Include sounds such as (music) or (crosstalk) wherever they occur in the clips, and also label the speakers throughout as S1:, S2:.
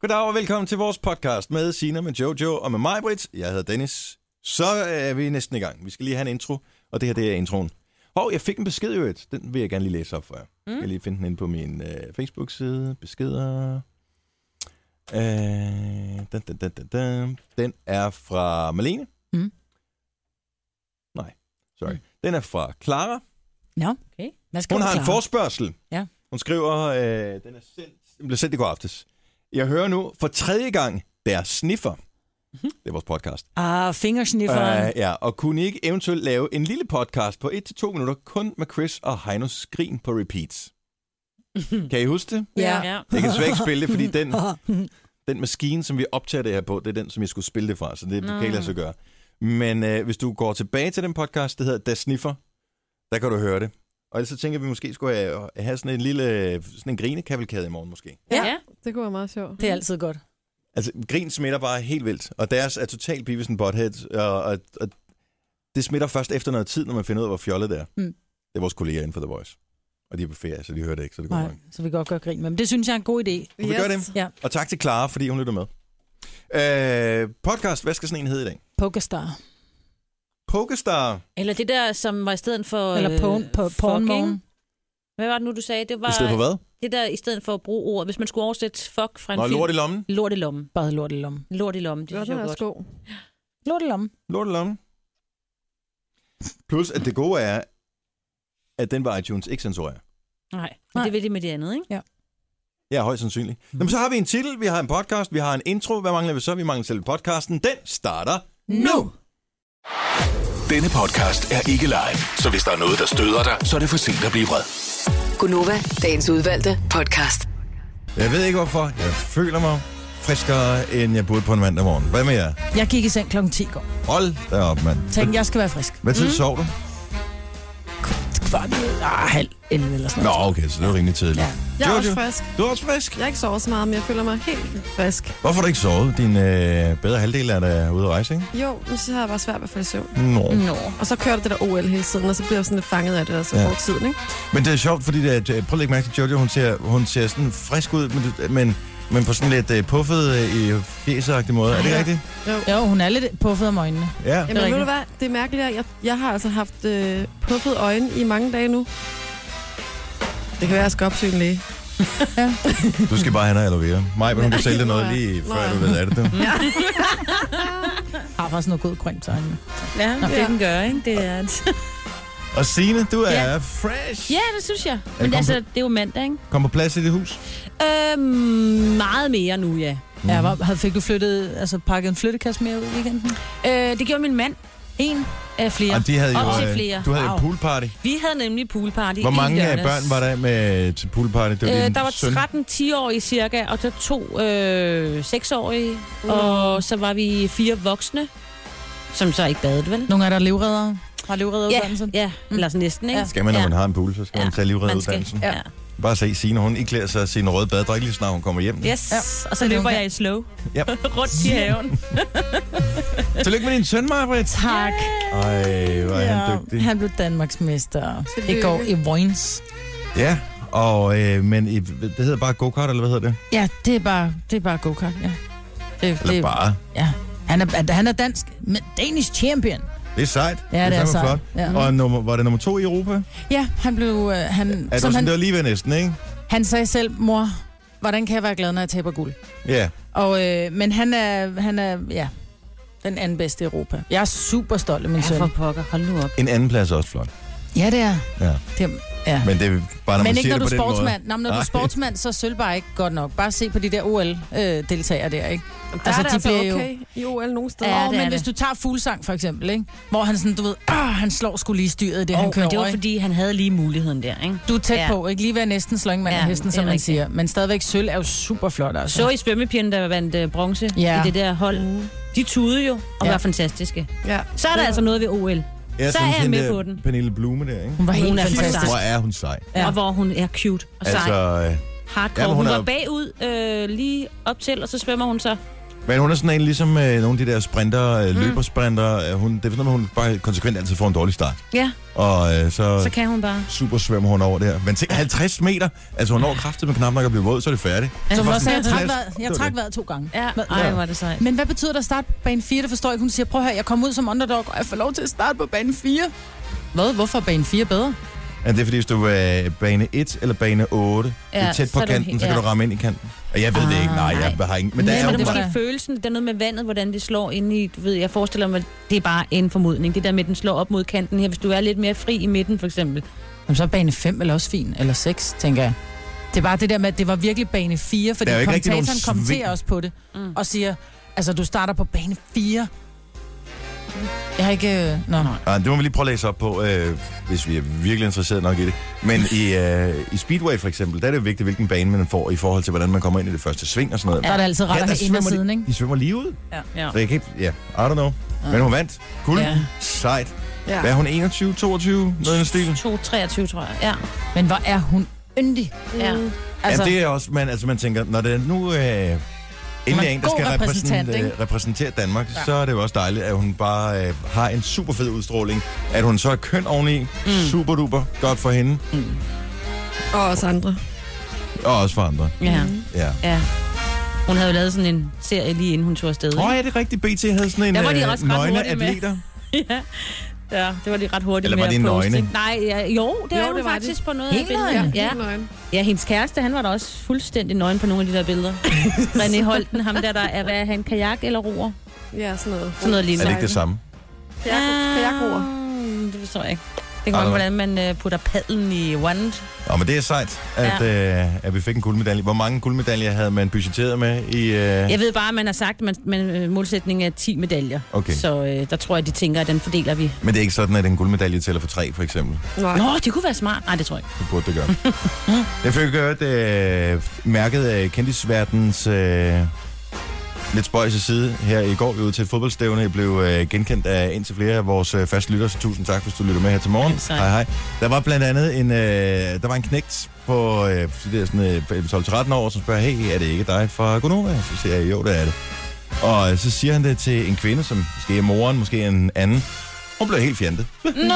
S1: Goddag og velkommen til vores podcast med Sina, med Jojo og med mig, Britt. Jeg hedder Dennis. Så er vi næsten i gang. Vi skal lige have en intro, og det her det er introen. Og jeg fik en besked, jo et. Den vil jeg gerne lige læse op for jer. Mm. Jeg kan lige finde den inde på min øh, Facebook-side. Beskeder. Øh, den, den, den, den, den. den er fra Malene.
S2: Mm.
S1: Nej, sorry. Mm. Den er fra Clara.
S2: Nå,
S3: Okay.
S2: hvad skal
S1: Hun
S2: du
S1: har en
S2: klare?
S1: forspørgsel.
S2: Ja.
S1: Hun skriver, øh, den, er sendt, den blev sendt i går aftes. Jeg hører nu for tredje gang deres sniffer.
S2: Mhm.
S1: Det er vores podcast.
S2: Ah, fingersnifferen.
S1: Øh, ja, og kunne I ikke eventuelt lave en lille podcast på 1-2 minutter kun med Chris og Heinos skrin på repeats?
S2: (laughs)
S1: kan I huske Øh, det?
S2: ja.
S3: ja.
S1: Jeg kan desværre ikke spille det, fordi
S2: (laughs)
S1: den, den maskine, som vi optager det her på, det er den, som jeg skulle spille det fra, så det kan ikke lade sig gøre. Men øh, hvis du går tilbage til den podcast, det hedder Da Sniffer, der kan du høre det. Og ellers så tænker vi, at vi måske skulle have, have sådan en lille øh, sådan en grinekavalkade i morgen måske.
S2: Ja.
S3: ja.
S4: Det kunne være meget sjovt.
S2: Det er altid godt.
S1: Altså, grin smitter bare helt vildt, og deres er totalt beavis and butthead, og, og, og det smitter først efter noget tid, når man finder ud af, hvor fjollet det er.
S2: Mm.
S1: Det er vores kolleger inden for The Voice. Og de er på ferie, så de hører det ikke, så det går
S2: Nej,
S1: nok.
S2: så vi kan godt gøre grin med dem. Det synes jeg er en god idé.
S1: Kunne vi gøre det?
S2: Ja.
S1: Og tak til Clara, fordi hun lytter med. Øh, podcast, hvad skal sådan en hedde i dag?
S2: Pokerstar.
S1: Pokestar.
S3: Eller det der, som var i stedet for...
S2: Eller porn,
S3: øh,
S2: på, pornmorgen.
S3: fucking. Hvad var det nu, du sagde? Det var
S1: I stedet for hvad?
S3: det der, i stedet for at bruge ord. Hvis man skulle oversætte fuck fra en
S1: Nå,
S3: film.
S1: lort i lommen.
S3: lort i lommen.
S2: Bare lort i lommen.
S3: Lort i lommen, det
S4: Det var
S3: synes jeg
S4: den
S3: var
S4: også
S3: godt.
S4: god.
S2: Lort i lommen.
S1: Lort i lommen. Plus, at det gode er, at den var iTunes ikke censurerer.
S3: Nej,
S2: Nej.
S3: Nej. det vil det med det andet, ikke?
S1: Ja, højst sandsynligt. Mm. Jamen, så har vi en titel, vi har en podcast, vi har en intro. Hvad mangler vi så? Vi mangler selv podcasten. Den starter nu.
S5: Denne podcast er ikke live, så hvis der er noget, der støder dig, så er det for sent at blive vred.
S6: Gunova, dagens udvalgte podcast.
S1: Jeg ved ikke hvorfor. Jeg føler mig friskere, end jeg burde på en mandag morgen. Hvad med jer?
S2: Jeg gik i seng kl. 10 i går.
S1: Hold da op, mand.
S2: Tænkte, jeg skal være frisk.
S1: Hvad tid mm. sov du?
S2: Kvart i ah, halv 11 eller sådan
S1: Nå,
S2: noget.
S1: okay, så det var rimelig tidligt.
S2: Ja.
S4: Jeg er også
S1: Jojo?
S4: frisk.
S1: Du er også frisk.
S4: Jeg har ikke sovet så meget, men jeg føler mig helt frisk.
S1: Hvorfor har du ikke sovet? Din øh, bedre halvdel er da ude at rejse, ikke?
S4: Jo, men så har jeg bare svært ved at falde i søvn.
S1: Nå. Mm.
S2: Nå.
S4: Og så kører det det der OL hele tiden, og så bliver jeg sådan lidt fanget af det, og så
S1: Ja.
S4: ja. bruger tiden, ikke?
S1: Men det er sjovt, fordi det er, øh, prøv at lægge mærke til Jojo, hun ser, hun ser sådan frisk ud, men, du- men, men på sådan lidt øh, puffet i øh, fjeseragtig måde. Er det
S4: Ja.
S1: rigtigt?
S2: Jo, hun er lidt puffet om øjnene.
S1: Ja.
S4: Jamen, ved
S2: rigtigt.
S4: du hvad? Det er mærkeligt, at jeg, jeg har altså haft øh, puffet øjne i mange dage nu. Det kan være, at jeg skal opsøge en læge.
S1: Du skal bare have noget aloe vera. Maj, men hun kan sælge dig noget
S4: Nå ja.
S1: lige
S4: Nå
S1: før
S4: ja.
S1: du ved af det. Du.
S2: Har Ah, faktisk noget god grønt til øjnene.
S3: Ja, det
S4: Ja.
S3: den gør, ikke? Det er...
S1: Og Signe, du er
S3: Ja.
S1: fresh.
S3: (laughs) ja, det synes jeg.
S1: kom
S3: Men
S1: på-
S3: altså, det er jo mandag, ikke?
S1: Kom på plads i det hus.
S3: Øhm, meget mere nu, ja.
S1: Mm.
S2: Ja, hvor, havde- fik du flyttet, altså pakket en flyttekasse mere ud i weekenden?
S3: Øh, det gjorde min mand. En af flere.
S1: Og de havde jo,
S3: Op til
S1: øh,
S3: flere.
S1: Du havde jo
S2: Wow.
S1: poolparty.
S3: Vi havde nemlig poolparty
S1: Hvor
S3: i
S1: mange af
S3: lørdags.
S1: børn var der med til poolparty? Det var
S3: Øh,
S1: din
S3: der var
S1: søn.
S3: 13 10-årige cirka, og der to øh, 6-årige, mm. og så var vi fire voksne, som så ikke badede, vel?
S2: Nogle af der er livreddere. Har livredder
S3: Ja,
S2: uddannelsen?
S3: ja, eller sådan næsten, ikke?
S2: Ja.
S1: Skal man, når
S3: Mm. ja.
S1: man har en pool, så skal
S3: Ja,
S1: man tage livreddet
S3: Man skal,
S1: uddannelsen.
S3: ja. ja.
S1: Bare se Signe, hun iklæder sig sin røde baddrag lige snart hun kommer hjem.
S3: Yes, ja. og så
S2: Det er
S3: løber
S2: okay.
S3: jeg i slow.
S1: Ja.
S3: (laughs) Rundt i haven.
S1: Tillykke med din søn, Marbrit.
S2: Tak.
S1: Ej, hvor er han dygtig.
S2: han blev Danmarksmester i
S4: Tillykke.
S2: går i Vojens.
S1: Ja, og, øh, men i, det hedder bare go-kart, eller hvad hedder det?
S2: Ja, det er bare, det er bare go-kart, ja. Det,
S1: Eller
S2: det,
S1: bare.
S2: Ja. Han er, han er dansk, men Danish champion.
S1: Det er sejt.
S2: Ja, det er
S1: fandme
S2: sejt.
S1: flot.
S2: Ja.
S1: Og nummer, var det nummer to i Europa? Er
S2: Ja, han blev, øh, han,
S1: det,
S2: som
S1: sådan,
S2: han,
S1: det var lige ved næsten, ikke?
S2: han sagde selv, mor, hvordan kan jeg være glad, når jeg taber guld?
S1: Ja.
S2: Og, øh, men han er, han er, ja, den anden bedste i Europa. Jeg er super stolt af min
S3: (laughs) Ja,
S2: søn.
S3: for pokker, hold nu op.
S1: En anden plads er også flot.
S2: Ja, det er.
S1: Ja.
S2: Det, ja.
S1: Men det er bare, når
S2: Men
S1: man
S2: ikke
S1: siger
S2: når du er
S1: det på den måde.
S2: sportsmand. Nå, men når du er
S1: Nej.
S2: sportsmand, så er sølv bare ikke godt nok. Bare se på de der OL-deltagere der, ikke?
S4: Der altså, er det altså okay i OL nogle steder.
S2: Ja,
S3: Ja,
S2: Nå,
S3: det
S2: men
S3: er
S2: hvis
S3: det.
S2: du tager fuglsang for eksempel, ikke? hvor han sådan, du ved, Åh, han slår skulle lige styret i det, oh, han kører
S3: men det
S2: over.
S3: var,
S2: Fordi...
S3: fordi han havde lige muligheden der, ikke?
S2: Du er tæt ja.
S3: Ja.
S2: på, ikke? Lige ved at næsten slynge mand ja,
S3: Ja,
S2: hesten,
S3: det er
S2: som man
S3: rigtigt.
S2: siger. Men stadigvæk sølv er jo super flot, altså.
S3: Så i svømmepigen, der vandt øh, bronze
S2: Ja.
S3: i det der hold. De tudede jo, og
S2: Ja.
S3: var fantastiske.
S4: Ja.
S3: Så er der altså noget ved OL.
S1: Ja,
S3: Så
S1: sådan
S3: er jeg
S1: hende
S3: med
S1: der
S3: på den.
S1: Pernille Blume der, ikke?
S2: Hun var helt
S3: Hun er
S2: fantastisk.
S3: sej.
S1: Hvor er hun sej.
S2: Ja.
S3: Ja. Og hvor hun er cute og sej.
S1: Altså, øh, Ja,
S3: hardcore.
S1: men
S3: Ja,
S1: hun
S3: hun, hun
S1: er-
S3: var bagud øh, lige op til, og så svømmer hun så
S1: Men hun er sådan en, ligesom øh, nogle af de der sprinter, øh,
S2: Mm.
S1: løbersprinter. Øh, hun, det er sådan, at hun bare konsekvent altid får en dårlig start.
S3: Ja,
S1: Og øh, så,
S3: så kan hun bare.
S1: super svømmer hun over der. Men tænk, 50 meter. Altså, hun når kraftigt med knap nok at blive våd, så er det færdigt.
S3: Altså,
S2: Som
S1: var
S2: også sagde,
S1: sådan,
S2: jeg trak,
S1: "Yes,
S2: vejret,
S1: det
S2: jeg
S1: var
S2: trak
S1: det."
S2: vejret to gange.
S3: Ja,
S1: Ja.
S3: ej, hvor er det sejt.
S2: Men hvad betyder det at starte på bane 4? Det forstår jeg ikke. Hun siger, prøv at høre, jeg kom ud som underdog, og jeg får lov til at starte på bane 4. Hvad? Hvorfor er bane 4 bedre?
S1: Ja, det er fordi, hvis du er bane 1 eller bane 8, ja, det er
S3: Ja,
S1: tæt
S3: så
S1: på
S3: er du
S1: kanten,
S3: helt-
S1: så kan du
S3: ja.
S1: ramme ind i kanten. Og jeg ved det ikke, nej, jeg har ingen. Men der er
S2: Nej,
S3: Ja,
S1: jo
S3: men det er
S2: åbenbart-
S1: bare...
S3: måske følelsen, det er noget med vandet, hvordan det slår ind i, du ved, jeg forestiller mig, det er bare en formodning. Det der med, at den slår op mod kanten her, hvis du er lidt mere fri i midten, for eksempel.
S2: Jamen, så er bane 5 eller også fin, eller 6, tænker jeg. Det er bare det der med, at det var virkelig bane 4, fordi
S1: Der er jo ikke rigtig nogen
S2: kommentatoren kommenterer
S1: sving.
S2: også på det, mm. og siger, altså, du starter på bane 4. Jeg har ikke... øh, Nå, nej.
S1: Ja, Ah, det må vi lige prøve at læse op på, øh, hvis vi er virkelig interesseret nok i det. Men i, øh, i Speedway for eksempel, der er det jo vigtigt, hvilken bane man får i forhold til, hvordan man kommer ind i det første sving og sådan noget.
S2: Der er det altid rart
S1: Her,
S2: at
S1: der
S2: have indersiden,
S1: svømmer de,
S2: ikke?
S1: de svømmer lige ud.
S2: Ja.
S3: Ja.
S1: Så jeg kan ikke, ja, I don't know. Men hun vandt. Cool.
S2: Ja.
S1: Sejt.
S4: Ja.
S1: Hvad er hun, 21, 22? Noget i den stil?
S3: 2,23, tror jeg. Mm. Ja,
S2: Men hvor er hun yndig.
S3: ja.
S1: Altså,
S2: Altså,
S1: Jamen, det er også, man, altså man tænker, når det er nu øh, endelig er en, der
S2: god
S1: skal
S2: repræsentant,
S1: repræsentere,
S2: ikke?
S1: repræsentere Danmark, ja. så er det jo også dejligt, at hun bare øh, har en super fed udstråling. At hun så er køn oveni, mm. super duper, godt for hende,
S4: Og os andre.
S1: og også for andre.
S3: ja.
S1: Ja.
S3: ja. Hun havde jo lavet sådan en serie lige inden hun tog afsted.
S1: Åh,
S3: ikke?
S1: oh, er det rigtigt? BT havde sådan en
S3: Der var de
S1: øh,
S3: også ret
S1: nøgne
S3: hurtige med.
S1: atleter.
S3: ja. ja, det var lige ret hurtigt
S1: Eller var
S3: med
S1: de
S3: at poste.
S1: nøgne?
S3: ikke? Nej, ja, jo, det
S4: Jo,
S3: var
S4: det
S3: hun
S4: var
S3: faktisk
S4: de.
S3: på noget
S2: Helt
S3: af billederne.
S2: nøgen?
S3: Ja. ja, hendes kæreste, han var da også fuldstændig nøgen på nogle af de der (laughs) billeder. René Holten, ham der, der er, hvad er han, kajak eller roer?
S4: Ja, sådan noget.
S3: Sådan
S1: Er
S3: noget
S1: det
S3: lignende.
S1: ikke det samme?
S4: Kajakroer.
S3: Mm, Ah, Det forstår jeg ikke. Det kan
S1: Ej,
S3: godt,
S1: det var-
S3: hvordan man øh, putter padlen i wand.
S1: Nå, men det er sejt, at, øh, at vi fik en guldmedalje. Hvor mange guldmedaljer havde man budgetteret med i... Øh...
S3: Jeg ved bare, at man har sagt, at man, man, øh, målsætningen er 10 medaljer.
S1: Okay.
S3: Så øh, der tror jeg, de tænker, at den fordeler vi.
S1: Men det er ikke sådan, at en guldmedalje tæller for tre, for eksempel.
S4: Nej.
S3: Nå, det kunne være smart. Nej, det tror jeg ikke.
S1: Det burde det gøre. (laughs) jeg fik hørt øh, mærket af kendisverdens øh, lidt spøjse side her i går. Vi var ude til et fodboldstævne. Jeg blev øh, genkendt af en til flere af vores øh, faste lyttere, så tusind tak, hvis du lytter med her til morgen.
S3: Ja, sejt.
S1: hej, hej. Der var blandt andet en, øh, der var en knægt på øh, de der sådan, øh, 12-13 år, som spørger, hey, er det ikke dig fra Gonova? Så siger jeg, jo, det er det. Og øh, så siger han det til en kvinde, som måske er moren, måske en anden. Hun blev helt fjantet.
S3: (laughs) Nå!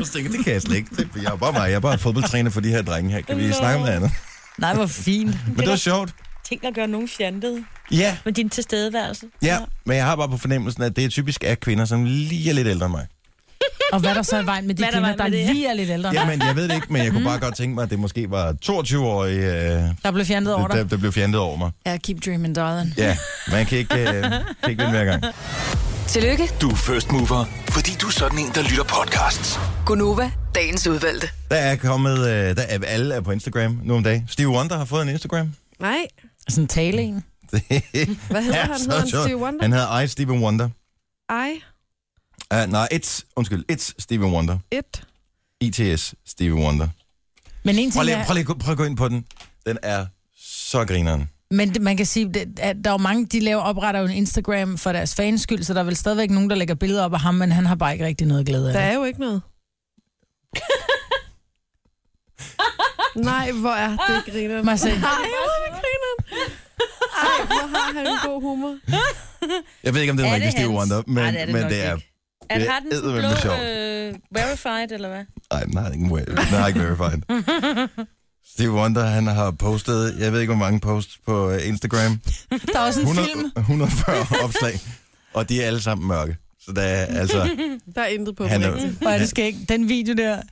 S1: Og så tænker jeg, det kan jeg slet ikke. Det- Jeg er bare mig. Jeg er bare fodboldtræner for de her drenge her. Kan vi
S3: Nå.
S1: snakke om noget andet?
S2: nej, hvor fint.
S1: Men det var sjovt.
S3: Tænk at gøre nogen fjantet
S1: Ja,
S3: med din tilstedeværelse.
S1: ja. Men jeg har bare på fornemmelsen, at det er typisk af kvinder, som lige er lidt ældre end mig.
S2: Og hvad er der så i vejen med de
S3: Hvad er der
S2: kvinder,
S3: i
S2: der
S3: vejen med det?
S2: lige er lidt ældre? Ja.
S1: Jamen, jeg ved det ikke, men jeg kunne bare
S4: Mhm.
S1: godt tænke mig, at det måske var 22-årige, øh,
S2: Der blev fjernet over
S1: der,
S2: dig.
S1: der blev fjantet over mig.
S2: Ja, keep dreaming, darling.
S1: Ja, man kan ikke, øh, kan ikke vinde hver gang.
S6: Tillykke,
S5: Du er first mover, fordi du er sådan en, der lytter podcasts.
S6: Gunova, dagens udvalgte.
S1: Der er kommet, øh, der er alle er på Instagram nu om dagen. Steve Wonder har fået en Instagram. (laughs)
S4: Nej.
S2: Sådan en tale en.
S1: Det
S4: Hvad hedder
S1: er
S4: han?
S1: så
S4: Hedder han
S1: sjovt.
S4: Steve Wonder?
S1: Han hedder I, Steven Wonder.
S4: Ej,
S1: Uh, nej, it's, undskyld, it's Steven Wonder.
S4: et.
S1: ITS Steven Wonder.
S2: Men en
S1: Prøv
S2: ting
S1: lige,
S2: er,
S1: prøv lige, prøv at gå ind på den. Den er så grineren.
S2: men det- man kan sige, det- at der er jo mange, de laver opretter jo en Instagram for deres fans skyld, så der er vel stadigvæk nogen, der lægger billeder op af ham, men han har bare ikke rigtig noget glæde af
S4: Der
S2: det.
S4: er jo ikke noget. Nej, hvor er det griner.
S2: Må jeg se?
S4: Nej, hvor er det griner. Ej, hvor har han en god humor.
S1: Jeg ved ikke, om det er,
S3: Er
S1: er
S3: det
S1: rigtig Steve
S3: hans?
S1: Wonder, men,
S3: Ej,
S1: det, er det, men
S3: nok
S1: det er...
S3: ikke. Er
S1: det
S3: det
S1: er
S3: har den sådan
S1: eddermame
S3: blå
S1: sjovt.
S3: øh, verified, eller hvad?
S1: Ej, den har ikke, den har ikke verified. Steve Wonder, han har postet, jeg ved ikke, hvor mange posts på øh, Instagram.
S2: Der er også en
S1: 100,
S2: film.
S1: 140 opslag, og de er alle sammen mørke. Så der er altså...
S4: Der er intet på
S1: Han
S4: ham.
S1: er-
S2: Hvor er det skægt. Den video der,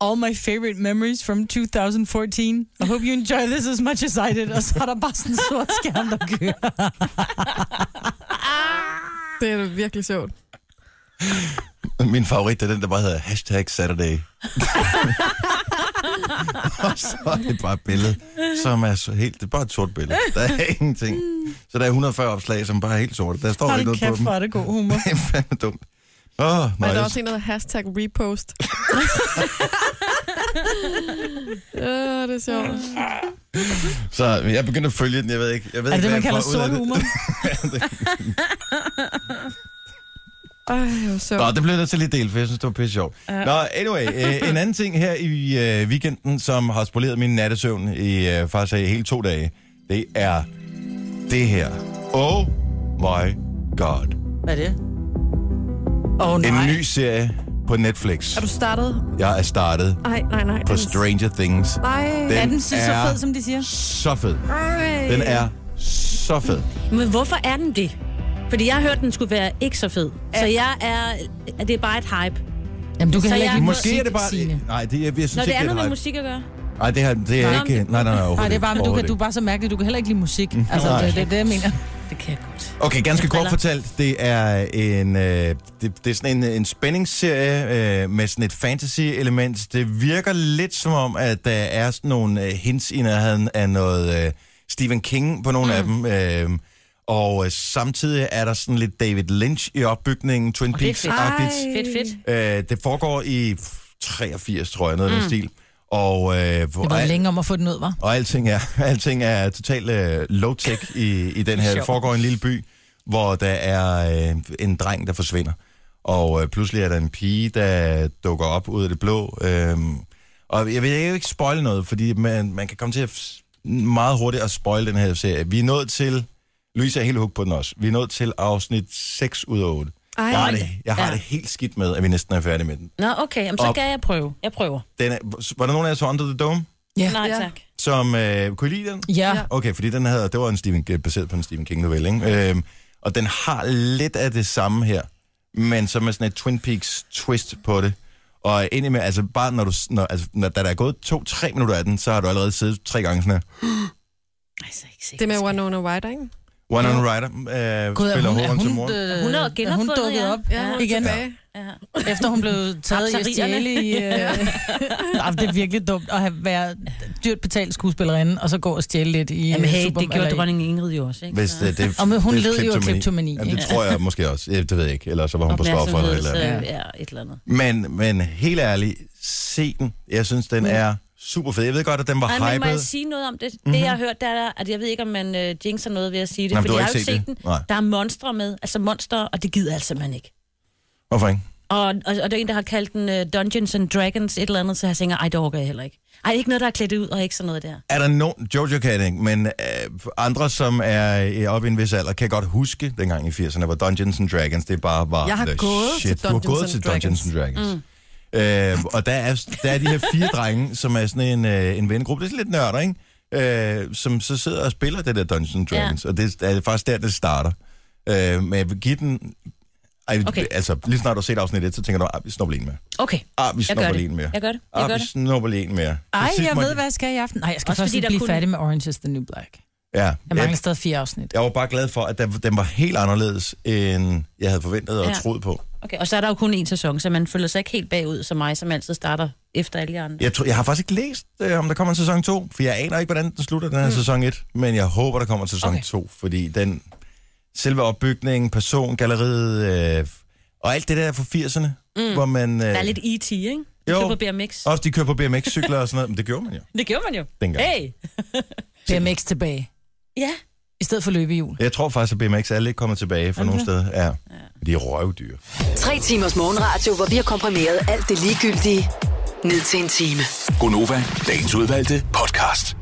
S2: All my favorite memories from 2014. I hope you enjoy this as much as I did. Og så er der bare sådan en sort skærm, der kører.
S4: Det er da virkelig sjovt.
S1: Min favorit det er den, der bare hedder hashtag
S2: (laughs)
S1: Saturday. og så er det bare et billede, som er så helt... Det er bare et sort billede. Der
S2: (laughs)
S1: er ingenting. Så der er 140 opslag, som bare er helt sorte. Der står ikke
S2: Hold
S1: noget på
S2: kæft,
S1: dem.
S2: hvor er det god humor.
S1: (laughs) Det er fandme dumt. Åh, oh,
S4: Men der er
S1: nice.
S4: også en, der hedder hashtag
S1: (laughs)
S4: repost. Ja, det er sjovt.
S1: Så jeg er begyndt at følge den, jeg ved ikke. Jeg ved
S2: Er det
S1: ikke,
S2: det,
S1: hvad
S2: man
S1: jeg
S2: kalder
S1: får ud af
S2: sort
S1: (laughs)
S2: humor?
S4: Ej, hvor sjovt.
S1: Nå, det blev jeg nødt til lige at dele, for jeg synes, det var pisse sjovt. Ja. Nå, anyway, øh, en anden ting her i øh, weekenden, som har spoleret min nattesøvn i øh, faktisk i hele to dage, Det er det her. Oh my god.
S2: Hvad er det? Åh, oh, nej.
S1: En ny serie på Netflix.
S4: Er du startet?
S1: Jeg er startet
S4: Nej, nej, nej.
S1: på
S4: den-
S1: Stranger Things.
S4: Nej.
S2: Er den så, så
S1: er
S2: fed, som de siger?
S1: så fed.
S4: Ej.
S1: Den er så fed.
S3: Men hvorfor er den det? Fordi jeg har hørt, den skulle være ikke så fed. Så jeg er... at Det er bare et hype.
S2: Jamen, du kan
S3: Så
S2: heller
S3: jeg-
S2: ikke
S1: Måske er det
S2: Signe.
S1: bare... Nej, det, jeg, jeg synes
S3: Når det
S1: ikke,
S3: er
S1: det
S3: noget
S1: er
S3: med
S1: en hype.
S3: musik at gøre.
S1: Nej, det, her, det er
S3: Nå,
S1: ikke... Nej, nej, nej,
S2: Nej, det er bare, men du, kan,
S1: overhovedet
S2: du er bare så mærkelig. Du kan heller ikke lide musik. Altså,
S1: Nej.
S2: det, det, er det, jeg mener.
S3: Det kan jeg godt.
S1: Okay, ganske kort
S3: Thriller.
S1: fortalt, det er en øh, det, det er sådan en, en spændingsserie øh, med sådan et fantasy-element. Det virker lidt som om, at der er sådan nogle øh, hints i nærheden af noget øh, Stephen King på nogle mm. af dem. Øh, og øh, samtidig er der sådan lidt David Lynch i opbygningen, Twin
S3: Og det er fedt.
S1: Peaks-agtigt.
S3: Fedt, fedt.
S1: Øh, det foregår i 83, tror jeg, noget af mm. den stil. Og, øh, hvor
S2: Det var længe om at få den ud, var.
S1: og alting er, (laughs) alting er totalt øh, low-tech i, i den her. Det
S3: Sjovt.
S1: foregår i en lille by, hvor der er øh, en dreng, der forsvinder. Og øh, pludselig er der en pige, der dukker op ud af det blå. Øh, og jeg vil jo ikke spoil noget, fordi man, man kan komme til at s- meget hurtigt at spoil den her serie. Vi er nået til... Louise er helt hooked på den også. Vi er nået til afsnit 6 ud af 8.
S4: Ej.
S1: Jeg har, det, jeg har
S3: Ja.
S1: det helt skidt med, at vi næsten er færdige med den.
S3: Nå, okay. Jamen, så
S1: Op.
S3: kan jeg prøve. Jeg prøver.
S1: den er, var der nogen af jer så Under the Dome,
S3: Nej,
S4: Ja.
S3: tak.
S1: som øh, kunne I lide den?
S2: Ja.
S4: Ja.
S1: Okay, fordi den havde, det var en Stephen, øh, baseret på en Stephen King-novelle, ikke? Øhm, og den har lidt af det samme her, men så med sådan et Twin Peaks twist på det. Og indimellem, altså bare når du, s- når, altså, når, da der er gået to-tre minutter af den, så har du allerede siddet tre gange sådan her.
S3: Altså, ikke sikkert.
S4: Det med Winona Ryder, ikke?
S1: One on Rider øh,
S2: Gud, er
S1: spiller
S2: hun, er
S1: hovedrollen til
S2: hun,
S1: mor.
S2: øh,
S3: Hun er
S2: er hun
S3: genopfundet,
S2: dukket
S3: ja.
S2: op
S4: Ja, hun er
S2: igen,
S4: tilbage.
S3: Ja.
S2: efter hun blev taget i at
S3: Rapserierne.
S2: stjæle i...
S3: (laughs)
S2: Øh... Ej, det er virkelig dumt at have været dyrt betalt skuespillerinde, og så gå og stjæle lidt i
S3: Jamen,
S2: øh,
S3: hey,
S2: super-
S3: det gjorde
S2: eller i-
S3: dronning Ingrid jo også, ikke?
S1: Hvis det, det,
S2: Og men hun
S1: det er
S2: led jo af
S1: kleptomani.
S2: kleptomani,
S1: Jamen, det
S2: ikke?
S1: tror jeg måske også. Ja, Det ved jeg ikke. Eller så var hun på stoffet eller et eller andet.
S3: Opmærksomhed, øh, ja, et eller andet.
S1: Men, men helt ærligt, se den. Jeg synes,
S2: Mm.
S1: den er super fed. Jeg ved godt, at den var
S3: Nej, men må jeg
S1: hyped.
S3: sige noget om det? Mm-hmm. Det, jeg har hørt, der er, at jeg ved ikke, om man øh, jinxer noget ved at sige det,
S1: Nå, men
S3: for
S1: du
S3: jeg
S1: har
S3: har jo
S1: ikke set
S3: set den.
S1: det. Nej.
S3: Der er monstre med, altså monster, og det gider altså man ikke.
S1: Hvorfor ikke?
S3: Og, og, og der er en, der har kaldt den uh, Dungeons and Dragons et eller andet, så jeg tænker, ej, det orker jeg heller ikke. Ej, ikke noget, der er klædt ud, og ikke sådan noget der.
S1: Er der nogen, Jojo kan det ikke, men øh, andre, som er øh, oppe i en vis alder, kan godt huske dengang i 80'erne, hvor Dungeons and Dragons, det bare var
S4: Jeg har
S1: the
S4: gået til
S1: shit. Du har
S4: Dungeons
S1: gået
S4: and
S1: til
S4: Dragons.
S1: Dungeons and Dragons. Mm. Øh, og der er, der er de her fire drenge, som er sådan en, øh, en vennegruppe, det er sådan lidt nørder, ikke? Øh, som så sidder og spiller det der Dungeons and Dragons, ja. og det er faktisk der, det starter. Øh, men jeg vil give den... Ej, okay.
S3: Okay.
S1: Altså, lige snart du har set afsnit 1, så tænker du, ah, vi snupper lige en mere.
S3: Okay,
S1: Ah, vi
S3: jeg gør
S1: snupper lige en mere.
S3: det. Jeg gør det. Jeg
S1: Ah,
S3: gør
S1: vi
S3: det.
S1: snupper lige en mere.
S2: Ej,
S1: Til sidst
S2: jeg
S1: må
S2: ved,
S1: de-
S2: hvad jeg skal i aften. Nej, jeg skal også
S3: Også
S2: først
S3: fordi
S2: lige
S3: der
S2: blive
S3: kunne-
S2: færdig med Orange is the New Black.
S1: Ja,
S2: Jeg mangler stadig fire afsnit.
S1: Jeg var bare glad for, at den, den var helt anderledes, end jeg havde forventet og ja.
S3: Ja.
S1: troet på.
S3: Okay, og så er der jo kun én sæson, så man føler sig ikke helt bagud som mig, som altid starter efter alle de andre.
S1: Jeg, tro, jeg har faktisk ikke læst, øh, om der kommer en sæson 2, for jeg aner ikke, hvordan den slutter, den her mm. sæson 1. Men jeg håber, der kommer en sæson okay.
S2: Okay.
S1: 2, fordi den selve opbygningen, person, galleriet øh, og alt det der fra 80'erne, mm. hvor man... Øh,
S3: Der er lidt E.T., ikke?
S1: Jo.
S3: Jo. Du på BMX.
S1: Også de kører på BMX-cykler og sådan noget, men det gjorde man jo
S3: Det gjorde man jo.
S1: dengang.
S3: Hey!
S2: BMX tilbage.
S3: Ja.
S2: I stedet for løbehjul.
S1: Jeg tror faktisk, at BMX er lidt kommet tilbage for okay. nogle steder. Ja. De er røvdyr.
S6: Tre timers morgenradio, hvor vi har komprimeret alt det ligegyldige ned til en time.
S5: Gonova, dagens udvalgte podcast.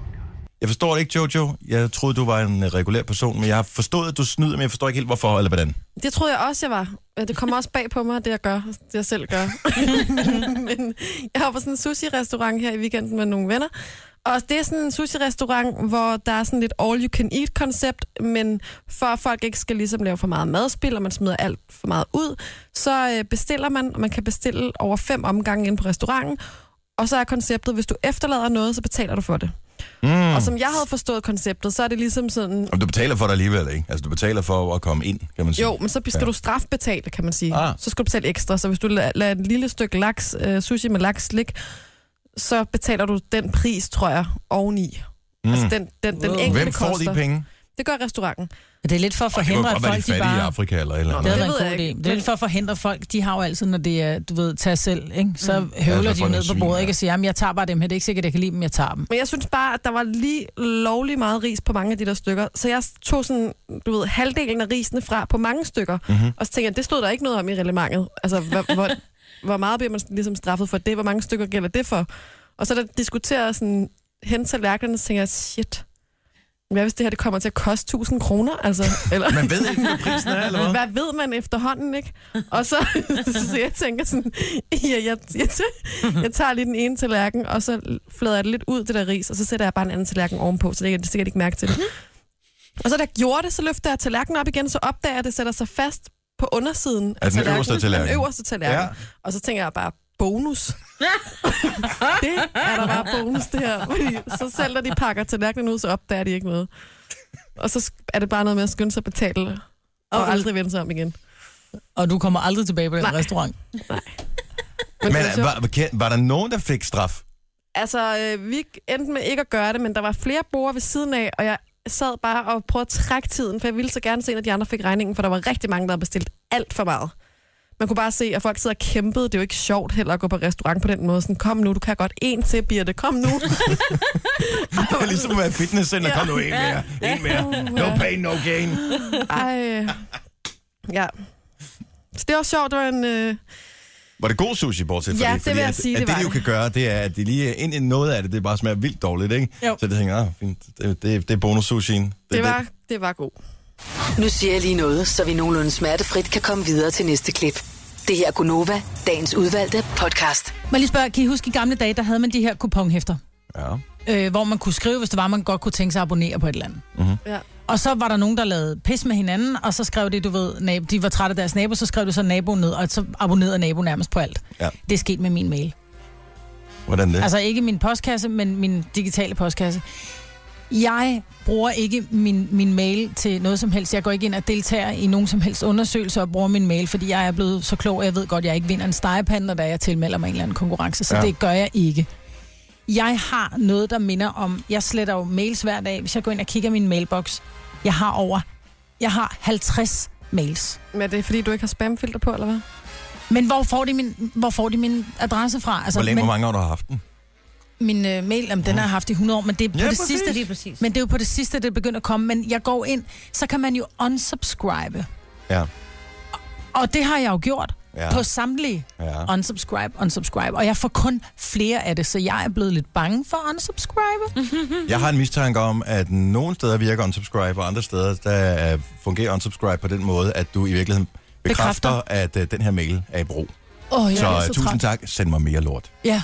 S1: Jeg forstår det ikke, Jojo. Jeg troede, du var en øh, regulær person, men jeg har forstået, at du snyder, men jeg forstår ikke helt, hvorfor eller hvordan.
S4: Det troede jeg også, jeg var. Men Det kommer også bag på mig, det jeg gør, det jeg selv gør. (laughs) Men jeg var på sådan en sushi-restaurant her i weekenden med nogle venner. Og det er sådan en sushi-restaurant, hvor der er sådan lidt all-you-can-eat-koncept, men for at folk ikke skal ligesom lave for meget madspil, og man smider alt for meget ud, så øh, bestiller man, og man kan bestille over fem omgange inde på restauranten, og så er konceptet, hvis du efterlader noget, så betaler du for det. Mm. Og som jeg havde forstået konceptet, så er det ligesom sådan,
S1: Og du betaler for det alligevel, ikke? Altså, du betaler for at komme ind, kan man sige.
S4: Jo, men så skal
S1: Ja.
S4: ja. du strafbetale, kan man sige.
S1: Ah.
S4: Ah. Så skal du betale ekstra. Så hvis du la- lader et lille stykke laks, øh, sushi med laks ligge, så betaler du den pris, tror jeg, oveni. Mm. Altså den, den, den
S2: Wow.
S4: enkelte
S1: Hvem får
S4: koster.
S1: de penge?
S4: Det gør restauranten.
S2: Men Det er lidt for at
S1: Det kunne
S2: forhindre, at
S1: godt være, de
S2: folk de
S1: fattige i
S2: bare...
S1: Afrika eller et eller
S4: Nå,
S2: Det
S1: andet.
S2: havde været
S4: Det ved
S2: en
S4: jeg
S2: god idé.
S4: ikke,
S2: Det er lidt for at forhindre folk, de har jo altid, når det er, du ved, tag selv, ikke? Så
S3: Mm.
S1: Ja, så
S2: høvler
S1: får
S2: de
S1: den
S2: ned på
S1: svin,
S2: bordet,
S1: ja.
S2: ikke? Og siger, jamen, jeg tager bare dem her, det er ikke sikkert, jeg kan lide dem, jeg tager dem.
S4: Men jeg synes bare, at der var lige lovlig meget ris på mange af de der stykker. Så jeg tog sådan, du ved, halvdelen af risene fra på mange stykker. Mm-hmm. Og så tænkte jeg, det stod der ikke noget om i reglementet. Altså, hvor, (laughs) hvor, hvor meget bliver man ligesom straffet for det? Hvor mange stykker gælder det for? Og så der diskuterer jeg sådan hen til lærkerne, så tænker jeg, shit, Hvad hvis det her det kommer til at koste 1000 kroner? Altså, eller,
S1: Man ved ikke, hvad prisen er, eller hvad?
S4: hvad ved man efterhånden, ikke? Og så, (laughs) så jeg tænker sådan, ja, jeg, jeg, jeg tager lige den ene tallerken, og så flader jeg det lidt ud, det der ris, og så sætter jeg bare en anden tallerken ovenpå, så det kan det sikkert ikke mærke til det. Og så da jeg gjorde det, så løfter jeg tallerkenen op igen, så opdager jeg, at det sætter sig fast på undersiden
S1: Af den øverste tallerken.
S4: Den øverste tallerken.
S1: Ja.
S4: Ja. Og så tænker jeg bare, bonus. det er der bare bonus, det her. Fordi så selv når de pakker tallerkenen ud, så opdager de ikke noget. Og så sk- er det bare noget med at skynde sig at betale, og,
S2: Og-
S4: og aldrig vende sig om igen.
S2: Og du kommer aldrig tilbage på den
S4: Nej.
S2: restaurant.
S4: Men,
S1: Men
S4: det er sjovt.
S1: var, var, kan- var der nogen, der fik
S4: (laughs)
S1: straf?
S4: Altså, øh, vi endte med ikke at gøre det, men der var flere borde ved siden af, og jeg sad bare og prøvede at trække tiden, for jeg ville så gerne se, at de andre fik regningen, for der var rigtig mange, der havde bestilt alt for meget. Man kunne bare se, at folk sidder og kæmpede. Det er jo ikke sjovt heller at gå på restaurant på den måde. Sådan, kom nu, du kan godt en til, Birte. Kom nu.
S1: (laughs)
S4: (laughs)
S1: Det var ligesom at være i fitnesscenter.
S4: Ja.
S1: Kom nu, en mere. En mere. No pain, no gain.
S4: Ej. Ja. Så det var sjovt. Det var en... Øh...
S1: Var det god sushi, bortset fra
S4: Ja,
S1: det?
S4: det vil jeg
S1: at,
S4: sige,
S1: at
S4: det
S1: det,
S4: var
S1: de jo
S4: det.
S1: kan gøre, det er, at de lige ind i noget af det, det bare smager vildt dårligt, ikke?
S2: Jo.
S1: Så det tænker jeg, ah, fint, det, det, det er bonus sushien. Det,
S4: Det var, det var god.
S6: Nu siger jeg lige noget, så vi nogenlunde smertefrit kan komme videre til næste klip. Det her er Gunova, dagens udvalgte podcast.
S2: Må jeg lige spørge, kan I huske i gamle dage, der havde man de her kuponhæfter?
S1: Ja.
S2: øh, hvor man kunne skrive, hvis det var, man godt kunne tænke sig at abonnere på et eller andet.
S4: Ja.
S2: Og så var der nogen, der lavede pis med hinanden, og så skrev det, du ved, nab- de var trætte af deres nabo, så skrev du så naboen ned, og så abonnerede naboen nærmest på alt.
S1: Ja.
S2: Det er sket med min mail.
S1: Hvordan det?
S2: Altså ikke min postkasse, men min digitale postkasse. Jeg bruger ikke min, min mail til noget som helst. Jeg går ikke ind og deltager i nogen som helst undersøgelser og bruger min mail, fordi jeg er blevet så klog, og jeg ved godt, at jeg ikke vinder en stegepande, da jeg tilmelder mig en eller anden konkurrence. Så
S1: Ja.
S2: ja. det gør jeg ikke. Jeg har noget, der minder om... Jeg sletter jo mails hver dag. Hvis jeg går ind og kigger i min mailbox, jeg har over... Jeg har 50 mails.
S4: Men er det fordi, du ikke har spamfilter på, eller hvad?
S2: Men hvor får de min, hvor får de min adresse fra? Altså,
S1: Hvor, længe,
S2: men,
S1: hvor mange år du har haft den?
S2: min øh, mail, jamen, den har jeg haft i 100 år, men det er på
S1: Ja,
S2: det
S1: præcis.
S2: sidste,
S3: Lige præcis.
S2: Men det er jo på det sidste, det begynder at komme. Men jeg går ind, så kan man jo unsubscribe.
S1: Ja.
S2: Og det har jeg jo gjort
S1: Ja.
S2: ja. på samtlige.
S1: ja.
S2: Unsubscribe, unsubscribe. Og jeg får kun flere af det, så jeg er blevet lidt bange for at unsubscribe.
S1: Jeg har en mistanke om, at nogle steder virker unsubscribe, og andre steder der øh, fungerer unsubscribe på den måde, at du i virkeligheden bekræfter, at øh, den her mail er i brug.
S2: Åh, oh, jeg
S1: så
S2: bliver
S1: øh,
S2: så
S1: tusind
S2: træt.
S1: tak. Send mig mere lort.
S2: Ja.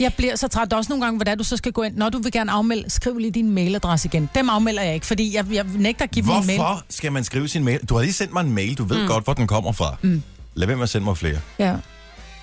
S2: Jeg bliver så træt. Der er også nogle gange, hvordan du så skal gå ind. Når du vil gerne afmelde, skriv lige din mailadresse igen. Dem afmelder jeg ikke, fordi jeg, jeg nægter at give min mail.
S1: Hvorfor skal man skrive sin mail? Du har lige sendt mig en mail. Du ved mm. godt, hvor den kommer fra. Mm. Lad være med at sende mig flere.
S2: Ja.